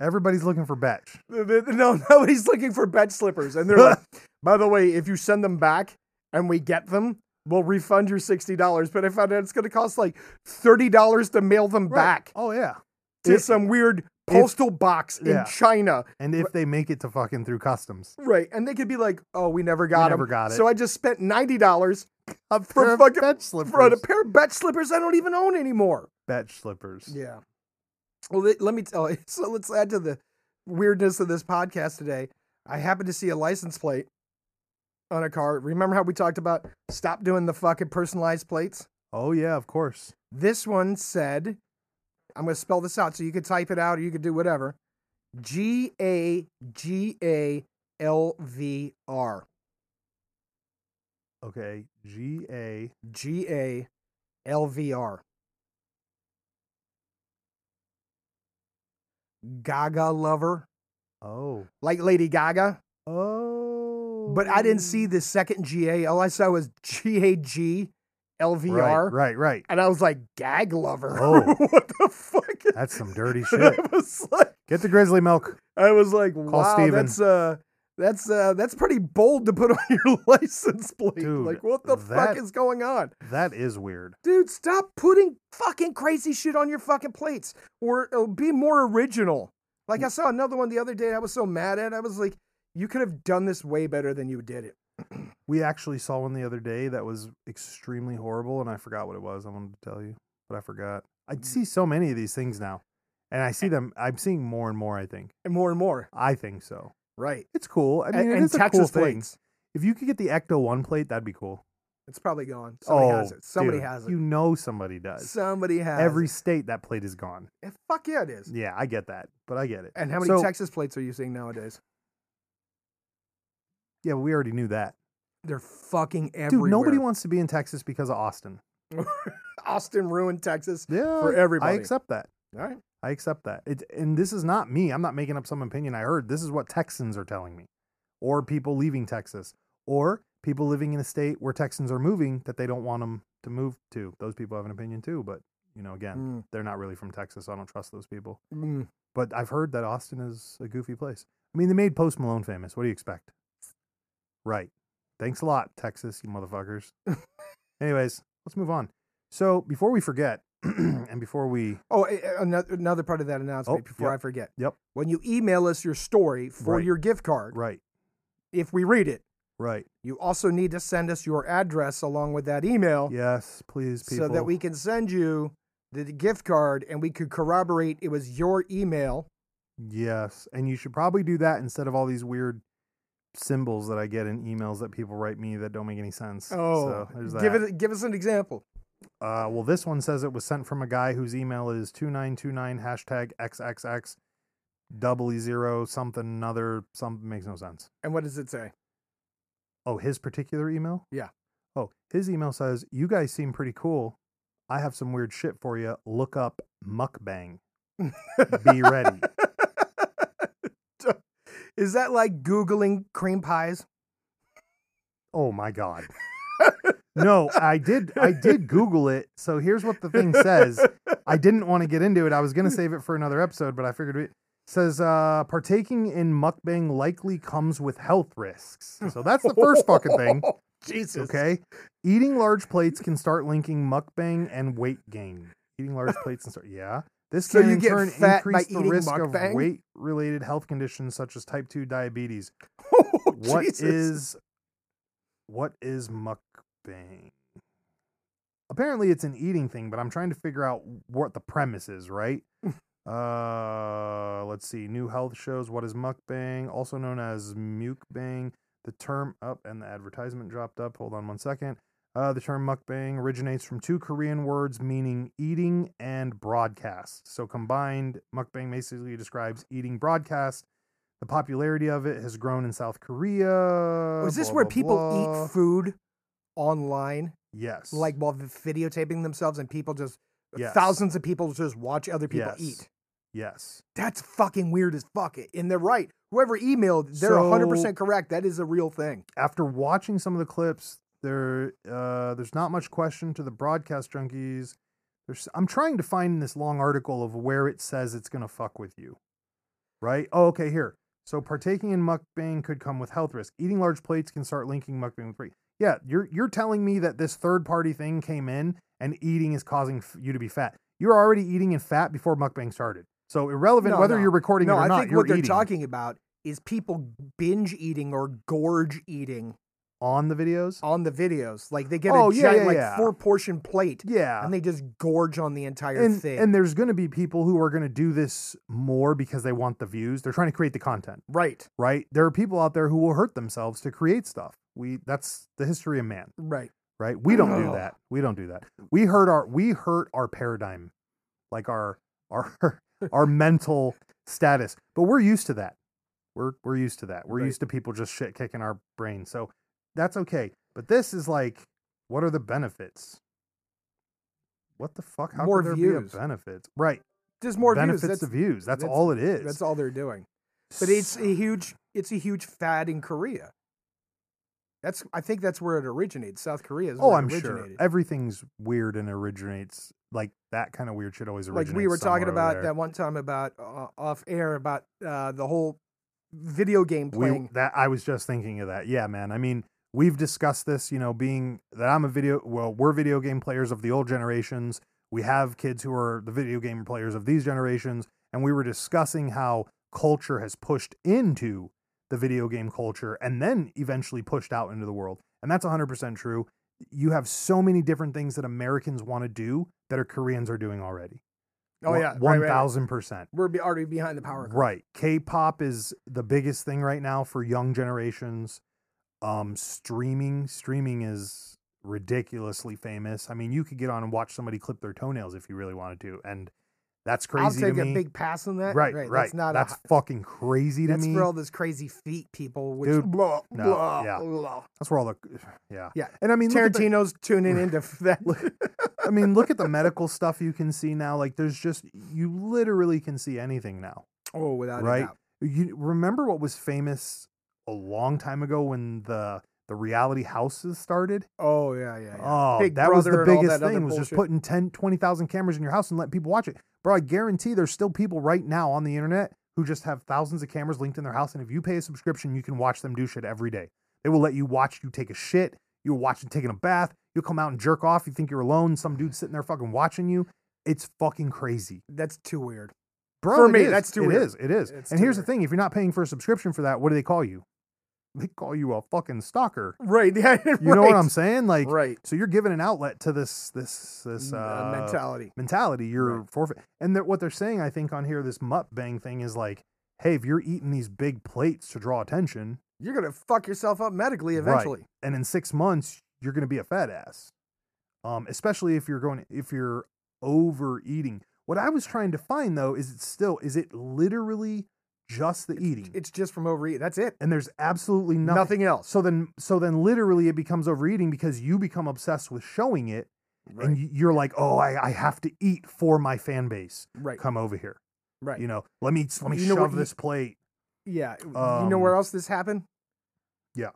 Speaker 1: Everybody's looking for Betch.
Speaker 2: no, nobody's looking for betch slippers. And they're like,
Speaker 1: [LAUGHS]
Speaker 2: by the way, if you send them back and we get them, we'll refund your $60. But I found out it's going to cost like $30 to mail them back
Speaker 1: Oh, yeah.
Speaker 2: to
Speaker 1: If-
Speaker 2: some weird postal box in
Speaker 1: Yeah.
Speaker 2: China.
Speaker 1: And if they make it to fucking through customs.
Speaker 2: Right. And they could be like, oh, we never got them.
Speaker 1: never got it.
Speaker 2: So I just spent [LAUGHS] $90
Speaker 1: A
Speaker 2: For
Speaker 1: pair of
Speaker 2: fucking-
Speaker 1: Betch
Speaker 2: [LAUGHS] for a
Speaker 1: slippers.
Speaker 2: pair of bet slippers I don't even own anymore.
Speaker 1: Betch slippers.
Speaker 2: Yeah. Well, let, let me tell you. [LAUGHS] So let's add to the weirdness of this podcast today. I happened to see a license plate on a car. Remember how we talked about stop doing the fucking personalized plates?
Speaker 1: Oh, yeah, of course.
Speaker 2: This one said, I'm going to spell this out so you could type it out or you could do whatever. G A G A L V R.
Speaker 1: Okay. G A.
Speaker 2: G A L V R. Gaga lover,
Speaker 1: Oh.
Speaker 2: like Lady Gaga.
Speaker 1: Oh.
Speaker 2: But I didn't see the second G A. All I saw was G A G L V R.
Speaker 1: Right, right,
Speaker 2: [LAUGHS]
Speaker 1: right.
Speaker 2: And I was like, gag lover.
Speaker 1: Oh.
Speaker 2: [LAUGHS] what the fuck? is-
Speaker 1: That's some dirty
Speaker 2: And
Speaker 1: shit.
Speaker 2: [LAUGHS] I was like,
Speaker 1: Get the grizzly milk.
Speaker 2: I was like, wow,
Speaker 1: Steven.
Speaker 2: that's uh, that's uh, that's pretty bold to put on [LAUGHS] your license plate.
Speaker 1: Dude,
Speaker 2: like, what the
Speaker 1: that-
Speaker 2: fuck is going on?
Speaker 1: That is weird.
Speaker 2: Dude, stop putting fucking crazy shit on your fucking plates or, or be more original. Like I saw another one the other day I was so mad at. I was like, you could have done this way better than you did it.
Speaker 1: We actually saw one the other day that was extremely horrible, and I forgot what it was. I wanted to tell you, but I forgot. I
Speaker 2: Mm.
Speaker 1: see so many of these things now, and I see
Speaker 2: Eh.
Speaker 1: them. I'm seeing more and more. I think.
Speaker 2: And more and more.
Speaker 1: I think so.
Speaker 2: Right.
Speaker 1: It's cool. I mean,
Speaker 2: and
Speaker 1: it
Speaker 2: and
Speaker 1: is a cool
Speaker 2: Texas
Speaker 1: thing.
Speaker 2: plates.
Speaker 1: If you could get the Ecto One plate, that'd be cool.
Speaker 2: It's probably gone. Somebody
Speaker 1: oh,
Speaker 2: has it. Somebody
Speaker 1: dude,
Speaker 2: has it.
Speaker 1: You know, somebody does.
Speaker 2: [LAUGHS] Somebody has
Speaker 1: Every
Speaker 2: it.
Speaker 1: state that plate is gone.
Speaker 2: Eh, Fuck yeah, it is.
Speaker 1: Yeah, I get that, but I get it.
Speaker 2: And how many
Speaker 1: So-
Speaker 2: Texas plates are you seeing nowadays?
Speaker 1: Yeah, we already knew that.
Speaker 2: They're fucking everywhere.
Speaker 1: Dude, nobody wants to be in Texas because of Austin.
Speaker 2: Austin ruined Texas.
Speaker 1: Yeah,
Speaker 2: For everybody.
Speaker 1: I accept that.
Speaker 2: All right.
Speaker 1: I accept that. It, and this is not me. I'm not making up some opinion I heard. This is what Texans are telling me, or people leaving Texas, or people living in a state where Texans are moving that they don't want them to move to. Those people have an opinion too, but you know, again,
Speaker 2: Mm,
Speaker 1: they're not really from Texas. So I don't trust those people.
Speaker 2: mm.
Speaker 1: But I've heard that Austin is a goofy place. I mean, they made Post Malone famous. What do you expect? Right. Thanks a lot, Texas, you motherfuckers. Anyways, let's move on. So before we forget, [CLEARS THROAT] and before we
Speaker 2: Oh, eh, eh, another, another part of that announcement
Speaker 1: Oh,
Speaker 2: before
Speaker 1: yep.
Speaker 2: I forget.
Speaker 1: Yep.
Speaker 2: When you email us your story for
Speaker 1: Right.
Speaker 2: your gift card,
Speaker 1: right,
Speaker 2: if we read it,
Speaker 1: right.
Speaker 2: you also need to send us your address along with that email
Speaker 1: Yes, please, people.
Speaker 2: so that we can send you the gift card and we could corroborate it was your email.
Speaker 1: Yes, and you should probably do that instead of all these weird symbols that I get in emails that people write me that don't make any sense. so there's that.
Speaker 2: Oh, give it give us an example.
Speaker 1: Uh, well, this one says it was sent from a guy whose email is two nine two nine hashtag xxx double E zero something another something makes no sense.
Speaker 2: And what does it
Speaker 1: [LAUGHS]
Speaker 2: say?
Speaker 1: Oh, his particular email?
Speaker 2: Yeah.
Speaker 1: Oh, his email says, "You guys seem pretty cool. I have some weird shit for you. Look up mukbang." Be ready.
Speaker 2: Is that like Googling cream
Speaker 1: [LAUGHS]
Speaker 2: pies?
Speaker 1: Oh my god. No, I did I did Google it. So here's what the thing says. I didn't want to get into it. I was going to save it for another episode, but I figured it says uh partaking in mukbang likely comes with health risks. So that's the first fucking [LAUGHS] thing.
Speaker 2: [LAUGHS] Jesus. [LAUGHS]
Speaker 1: Okay. Eating large plates can start linking mukbang and weight gain. Eating large plates and start, yeah. This
Speaker 2: So
Speaker 1: can
Speaker 2: you
Speaker 1: in
Speaker 2: get
Speaker 1: turn
Speaker 2: fat by
Speaker 1: increase the
Speaker 2: eating
Speaker 1: risk
Speaker 2: mukbang?
Speaker 1: of weight related health conditions such as type 2 diabetes.
Speaker 2: Oh,
Speaker 1: [LAUGHS] [LAUGHS] What is
Speaker 2: Jesus.
Speaker 1: what is mukbang? Apparently it's an eating thing, but I'm trying to figure out what the premise is,
Speaker 2: [LAUGHS]
Speaker 1: right? uh let's see. New health shows what is mukbang, also known as mukbang. The term up and the advertisement dropped up. Hold on one second. Uh, the term mukbang originates from two Korean words meaning eating and broadcast. So combined, mukbang basically describes eating broadcast. The popularity of it has grown in South Korea.
Speaker 2: Is this
Speaker 1: blah,
Speaker 2: where
Speaker 1: blah,
Speaker 2: people
Speaker 1: blah.
Speaker 2: eat food online,
Speaker 1: Yes.
Speaker 2: like while videotaping themselves, and people just
Speaker 1: Yes.
Speaker 2: thousands of people just watch other people
Speaker 1: Yes.
Speaker 2: eat?
Speaker 1: Yes.
Speaker 2: That's fucking weird as fuck. And they're right. Whoever emailed, they're
Speaker 1: So-
Speaker 2: 100% correct. That is a real thing.
Speaker 1: After watching some of the clips, there uh, there's not much question to the broadcast junkies. There's, I'm trying to find this long article of where it says it's going to fuck with you. Right? Oh, okay, here. So partaking in mukbang could come with health risk. Eating large plates can start linking mukbang with weight. Yeah, you're you're telling me that this third party thing came in and eating is causing f- you to be fat. You're already eating and fat before mukbang started. So irrelevant
Speaker 2: No,
Speaker 1: whether
Speaker 2: no.
Speaker 1: you're recording
Speaker 2: No,
Speaker 1: it or
Speaker 2: I
Speaker 1: not.
Speaker 2: think
Speaker 1: you're
Speaker 2: what they're
Speaker 1: eating
Speaker 2: talking about is people binge eating or gorge eating
Speaker 1: on the videos.
Speaker 2: on the videos. Like they get
Speaker 1: Oh,
Speaker 2: a
Speaker 1: yeah,
Speaker 2: giant,
Speaker 1: yeah,
Speaker 2: like
Speaker 1: yeah.
Speaker 2: four portion plate
Speaker 1: Yeah.
Speaker 2: and they just gorge on the entire
Speaker 1: and,
Speaker 2: thing.
Speaker 1: and there's going to be people who are going to do this more because they want the views. They're trying to create the content,
Speaker 2: right,
Speaker 1: right? There are people out there who will hurt themselves to create stuff. We that's the history of man,
Speaker 2: right.
Speaker 1: right? We don't do
Speaker 2: Ugh.
Speaker 1: that. We don't do that. We hurt our we hurt our paradigm, like our our [LAUGHS] our mental status. But we're used to that. We're we're used to that. We're
Speaker 2: Right.
Speaker 1: used to people just shit kicking our brain. So that's okay. But this is like, what are the benefits? What the fuck? How
Speaker 2: More
Speaker 1: could there
Speaker 2: views.
Speaker 1: be a benefits? Right
Speaker 2: Just more
Speaker 1: benefits
Speaker 2: views.
Speaker 1: to
Speaker 2: That's,
Speaker 1: views. That's,
Speaker 2: that's-
Speaker 1: all it is.
Speaker 2: that's all they're doing. But it's a huge it's a huge fad in Korea. That's I think that's where it originates. South Korea is
Speaker 1: oh,
Speaker 2: where
Speaker 1: I'm
Speaker 2: it
Speaker 1: sure
Speaker 2: originated.
Speaker 1: everything's weird and originates like that kind of weird shit always
Speaker 2: like
Speaker 1: originates.
Speaker 2: we were talking
Speaker 1: somewhere over
Speaker 2: about that one time about uh, off air about uh, the whole video game
Speaker 1: there.
Speaker 2: playing.
Speaker 1: We, that I was just thinking of that. Yeah, man. I mean, we've discussed this. You know, being that I'm a video. Well, we're video game players of the old generations. We have kids who are the video game players of these generations, and we were discussing how culture has pushed into the video game culture and then eventually pushed out into the world. And that's 100% true. You have so many different things that Americans want to do that our Koreans are doing already.
Speaker 2: oh yeah, right, right, right.
Speaker 1: 1000%.
Speaker 2: We're be- already behind the power.
Speaker 1: Right.
Speaker 2: curve.
Speaker 1: K-pop is the biggest thing right now for young generations. Um streaming, streaming is ridiculously famous. I mean, you could get on and watch somebody clip their toenails if you really wanted to and that's
Speaker 2: I'll
Speaker 1: crazy
Speaker 2: take
Speaker 1: to
Speaker 2: a
Speaker 1: me.
Speaker 2: big pass on that.
Speaker 1: right,
Speaker 2: right.
Speaker 1: right.
Speaker 2: That's not a, hi-
Speaker 1: fucking crazy to
Speaker 2: that's
Speaker 1: me.
Speaker 2: for all those crazy feet people. Which
Speaker 1: Dude,
Speaker 2: blah,
Speaker 1: no,
Speaker 2: blah,
Speaker 1: yeah.
Speaker 2: blah.
Speaker 1: That's where all the [SIGHS] yeah.
Speaker 2: Yeah.
Speaker 1: And I mean, look at the-
Speaker 2: Tarantino's
Speaker 1: [LAUGHS]
Speaker 2: tuning into [LAUGHS] f- that.
Speaker 1: I mean, look at the medical stuff you can see now. Like there's just you literally can see anything now.
Speaker 2: oh, without a
Speaker 1: Right.
Speaker 2: doubt.
Speaker 1: You remember what was famous a long time ago when the the reality houses started?
Speaker 2: Oh yeah, yeah. yeah.
Speaker 1: Oh,
Speaker 2: Big
Speaker 1: that was the
Speaker 2: Brother and all
Speaker 1: biggest
Speaker 2: that other
Speaker 1: thing was just
Speaker 2: bullshit.
Speaker 1: putting 10 20,000 cameras in your house and letting people watch it. Bro, I guarantee there's still people right now on the internet who just have thousands of cameras linked in their house and if you pay a subscription, you can watch them do shit every day. They will let you watch you take a shit, you'll watch you taking a bath, you'll come out and jerk off, you think you're alone, some dude sitting there fucking watching you. It's fucking crazy.
Speaker 2: That's too weird.
Speaker 1: Bro,
Speaker 2: For
Speaker 1: it
Speaker 2: me,
Speaker 1: is.
Speaker 2: that's too
Speaker 1: It
Speaker 2: weird.
Speaker 1: is. It is.
Speaker 2: It's
Speaker 1: and
Speaker 2: too
Speaker 1: here's
Speaker 2: weird.
Speaker 1: the thing: if you're not paying for a subscription for that, what do they call you? They call you a fucking stalker.
Speaker 2: Right. [LAUGHS] Yeah.
Speaker 1: You know what I'm saying? Like,
Speaker 2: Right.
Speaker 1: so you're giving an outlet to this this this
Speaker 2: Uh,
Speaker 1: uh,
Speaker 2: mentality.
Speaker 1: mentality. You're
Speaker 2: Right.
Speaker 1: forfeit. And they're, what they're saying, I think, on here, this mukbang thing is like, hey, if you're eating these big plates to draw attention,
Speaker 2: You're gonna fuck yourself up medically eventually.
Speaker 1: and in six months you're going to be a fat ass um, especially if you're going if you're overeating what i was trying to find though is it still is it literally just the eating
Speaker 2: It's just from overeating. That's it.
Speaker 1: and there's absolutely nothing,
Speaker 2: Nothing else.
Speaker 1: so then so then literally it becomes overeating because you become obsessed with showing it
Speaker 2: Right.
Speaker 1: and y- you're like oh I, I have to eat for my fan base
Speaker 2: right.
Speaker 1: come over here
Speaker 2: Right.
Speaker 1: You know, let me let me
Speaker 2: You know
Speaker 1: shove
Speaker 2: what you-
Speaker 1: this plate.
Speaker 2: Yeah. you know where
Speaker 1: Um,
Speaker 2: else this happened?
Speaker 1: yeah.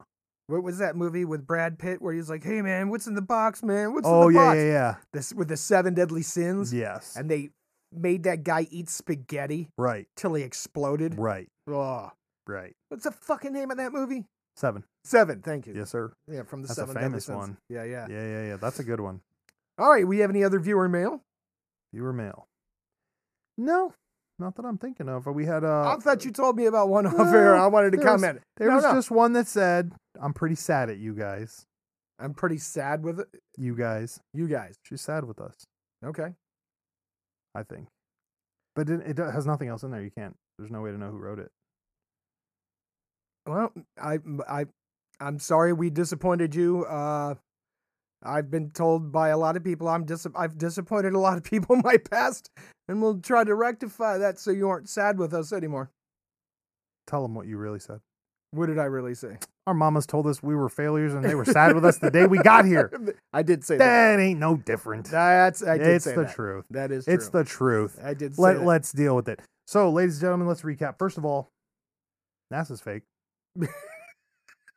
Speaker 2: What was that movie with Brad Pitt where he's like, "Hey man, what's in the box, man? What's
Speaker 1: Oh
Speaker 2: in the
Speaker 1: yeah,
Speaker 2: box?"
Speaker 1: yeah, yeah.
Speaker 2: This with the seven deadly sins,
Speaker 1: Yes.
Speaker 2: and they made that guy eat spaghetti
Speaker 1: Right.
Speaker 2: till he exploded.
Speaker 1: Right.
Speaker 2: Oh,
Speaker 1: Right.
Speaker 2: what's the fucking name of that movie?
Speaker 1: Seven.
Speaker 2: Seven. Thank you.
Speaker 1: Yes, sir.
Speaker 2: Yeah, from the
Speaker 1: That's a
Speaker 2: seven deadly
Speaker 1: famous
Speaker 2: sins.
Speaker 1: one.
Speaker 2: Yeah, yeah,
Speaker 1: Yeah, yeah, yeah. That's a good one.
Speaker 2: All right. We have any other viewer mail?
Speaker 1: Viewer mail. No, not that I'm thinking of. We had uh,
Speaker 2: I thought you told me about one off
Speaker 1: no,
Speaker 2: air. I wanted to
Speaker 1: there was-
Speaker 2: comment.
Speaker 1: There
Speaker 2: No,
Speaker 1: was
Speaker 2: no.
Speaker 1: just one that said, "I'm pretty sad at you guys.
Speaker 2: I'm pretty sad with it.
Speaker 1: You guys."
Speaker 2: You guys.
Speaker 1: She's sad with us,
Speaker 2: Okay.
Speaker 1: I think. But it, it has nothing else in there. You can't. There's no way to know who wrote it.
Speaker 2: Well, I, I, I'm sorry we disappointed you. Uh, I've been told by a lot of people I'm dis- I've disappointed a lot of [LAUGHS] people in my past, and we'll try to rectify that so you aren't sad with us anymore.
Speaker 1: Tell them what you really said.
Speaker 2: What did I really say?
Speaker 1: Our mamas told us we were failures and they were sad with us the day we got here.
Speaker 2: [LAUGHS] I did say that.
Speaker 1: That ain't no different.
Speaker 2: That's I did
Speaker 1: it's
Speaker 2: say
Speaker 1: the
Speaker 2: that.
Speaker 1: truth.
Speaker 2: That is
Speaker 1: It's
Speaker 2: true.
Speaker 1: the truth.
Speaker 2: I did say
Speaker 1: Let,
Speaker 2: that.
Speaker 1: let's deal with it. So, ladies and gentlemen, let's recap. First of all, NASA's
Speaker 2: [LAUGHS]
Speaker 1: fake.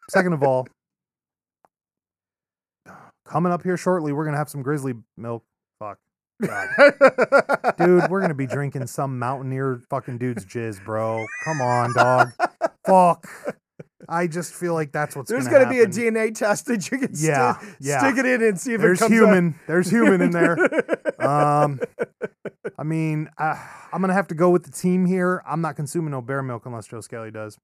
Speaker 1: Second of all, coming up here shortly, we're going to have some grizzly milk. Fuck. God.
Speaker 2: [LAUGHS]
Speaker 1: Dude, we're going to be drinking some mountaineer fucking dude's jizz, bro. Come on,
Speaker 2: [LAUGHS]
Speaker 1: dog. Fuck. I just feel like that's what's
Speaker 2: There's
Speaker 1: going to
Speaker 2: be a DNA test that you can sti-
Speaker 1: Yeah, yeah.
Speaker 2: stick it in and see if
Speaker 1: There's
Speaker 2: it comes
Speaker 1: human. There's
Speaker 2: out.
Speaker 1: human in
Speaker 2: [LAUGHS]
Speaker 1: there. Um, I mean, I, I'm gonna have to go with the team here. I'm not consuming no bear milk unless Joe Skelly does.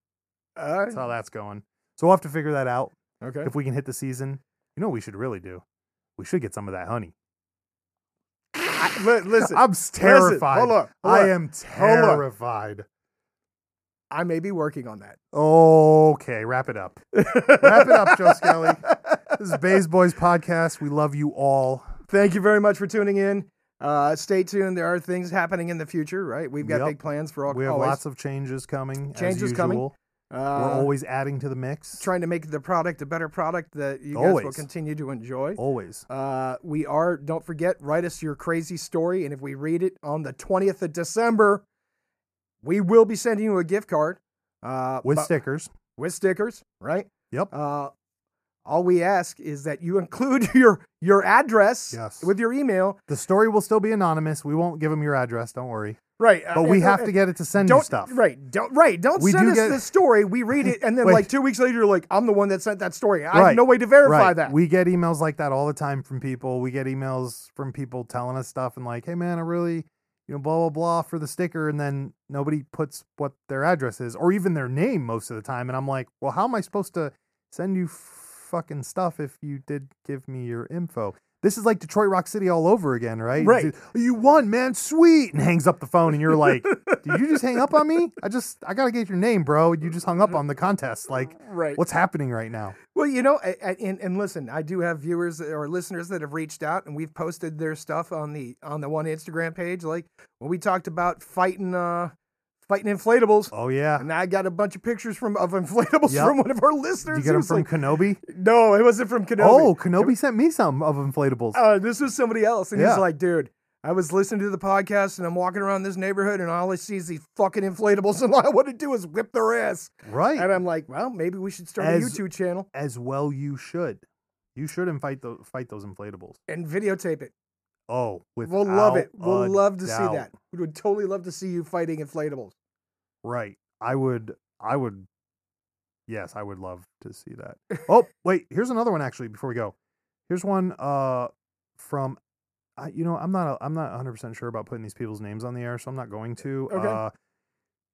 Speaker 2: All
Speaker 1: That's
Speaker 2: right.
Speaker 1: how that's going. So we'll have to figure that out
Speaker 2: Okay.
Speaker 1: if we can hit the season. You know, what we should really do. We should get some of that honey.
Speaker 2: I-
Speaker 1: [LAUGHS]
Speaker 2: li- listen,
Speaker 1: I'm s- terrified.
Speaker 2: Listen, hold on. hold
Speaker 1: I
Speaker 2: on.
Speaker 1: am
Speaker 2: on.
Speaker 1: terrified.
Speaker 2: I may be working on that.
Speaker 1: Okay, wrap it up. wrap it up, Joe
Speaker 2: [LAUGHS]
Speaker 1: Skelly. This is Bays Boys podcast. We love you all.
Speaker 2: Thank you very much for tuning in. Uh, stay tuned. There are things happening in the future, right? We've got
Speaker 1: Yep.
Speaker 2: big plans for all.
Speaker 1: We have
Speaker 2: always.
Speaker 1: lots of changes coming. as
Speaker 2: Changes
Speaker 1: usual.
Speaker 2: coming.
Speaker 1: We're
Speaker 2: Uh,
Speaker 1: always adding to the mix.
Speaker 2: trying to make the product a better product that you guys will
Speaker 1: Always.
Speaker 2: continue to enjoy.
Speaker 1: always.
Speaker 2: Uh, we are. Don't forget, write us your crazy story, and if we read it on the twentieth of December, we will be sending you a gift card uh,
Speaker 1: With
Speaker 2: but-
Speaker 1: stickers.
Speaker 2: with stickers, right?
Speaker 1: Yep.
Speaker 2: Uh, all we ask is that you [LAUGHS] include your your address
Speaker 1: Yes.
Speaker 2: with your email.
Speaker 1: The story will still be anonymous. We won't give them your address. Don't worry.
Speaker 2: Right. uh,
Speaker 1: But we have to get it to send
Speaker 2: don't
Speaker 1: you stuff.
Speaker 2: right. Don't right. Don't
Speaker 1: We
Speaker 2: send
Speaker 1: do
Speaker 2: us
Speaker 1: get-
Speaker 2: the story. We read it, and then
Speaker 1: [LAUGHS] Wait.
Speaker 2: like two weeks later, you're like, I'm the one that sent that story. I have
Speaker 1: Right.
Speaker 2: no way to verify
Speaker 1: Right.
Speaker 2: that.
Speaker 1: We get emails like that all the time from people. We get emails from people telling us stuff and like, hey man, I really, you know, blah blah blah for the sticker, and then nobody puts what their address is or even their name most of the time. And I'm like, well, how am I supposed to send you fucking stuff if you did give me your info? This is like Detroit Rock City all over again, right? "Oh,
Speaker 2: Right.
Speaker 1: You won, man. Sweet. And hangs up the phone, and you're
Speaker 2: [LAUGHS]
Speaker 1: like, did you just hang up on me? I just, I gotta get your name, bro. You just hung up on the contest. Like,
Speaker 2: right.
Speaker 1: what's happening right now?
Speaker 2: Well, you know, I, I, and, and listen, I do have viewers or listeners that have reached out, and we've posted their stuff on the on the one Instagram page. Like when we talked about fighting, uh, fighting inflatables.
Speaker 1: Oh yeah.
Speaker 2: And I got a bunch of pictures from of inflatables
Speaker 1: Yep.
Speaker 2: from one of our
Speaker 1: Did
Speaker 2: listeners.
Speaker 1: you
Speaker 2: He
Speaker 1: get them
Speaker 2: was
Speaker 1: from
Speaker 2: like,
Speaker 1: Kenobi?
Speaker 2: no, it wasn't from Kenobi.
Speaker 1: Oh, Kenobi sent me some of inflatables.
Speaker 2: uh, this was somebody else, and he's
Speaker 1: Yeah.
Speaker 2: like, dude, I was listening to the podcast, and I'm walking around this neighborhood, and all I see is these fucking inflatables, [LAUGHS] and all I want to do is whip their ass.
Speaker 1: right.
Speaker 2: And I'm like, well, maybe we should start
Speaker 1: As-
Speaker 2: a YouTube channel
Speaker 1: As well you should. You should and fight those fight those inflatables.
Speaker 2: and videotape it.
Speaker 1: Oh, with
Speaker 2: We'll love it. We'll love to see that. We would totally love to see you fighting inflatables.
Speaker 1: Right. I would I would Yes, I would love to see that. Oh, wait, here's another one actually before we go. Here's one uh from I you know, I'm not a, I'm not 100% sure about putting these people's names on the air, so I'm not going to.
Speaker 2: Okay.
Speaker 1: Uh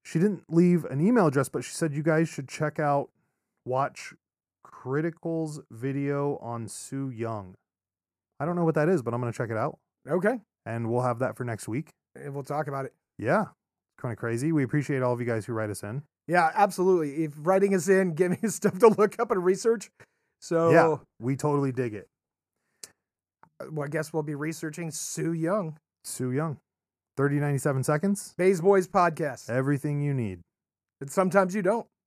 Speaker 1: she didn't leave an email address, but she said you guys should check out watch Critical's video on Sue Young. I don't know what that is, but I'm going to check it out
Speaker 2: Okay,
Speaker 1: and we'll have that for next week.
Speaker 2: and we'll talk about it.
Speaker 1: Yeah. Kind of crazy. We appreciate all of you guys who write us in.
Speaker 2: Yeah, absolutely. If writing us in, [LAUGHS] give me stuff to look up and research. So
Speaker 1: Yeah, we totally dig it.
Speaker 2: uh, well, I guess we'll be researching Sue Young,
Speaker 1: Sue Young, 30, 97 seconds,
Speaker 2: Bays Boys podcast.
Speaker 1: Eh everything you need.
Speaker 2: And sometimes you don't.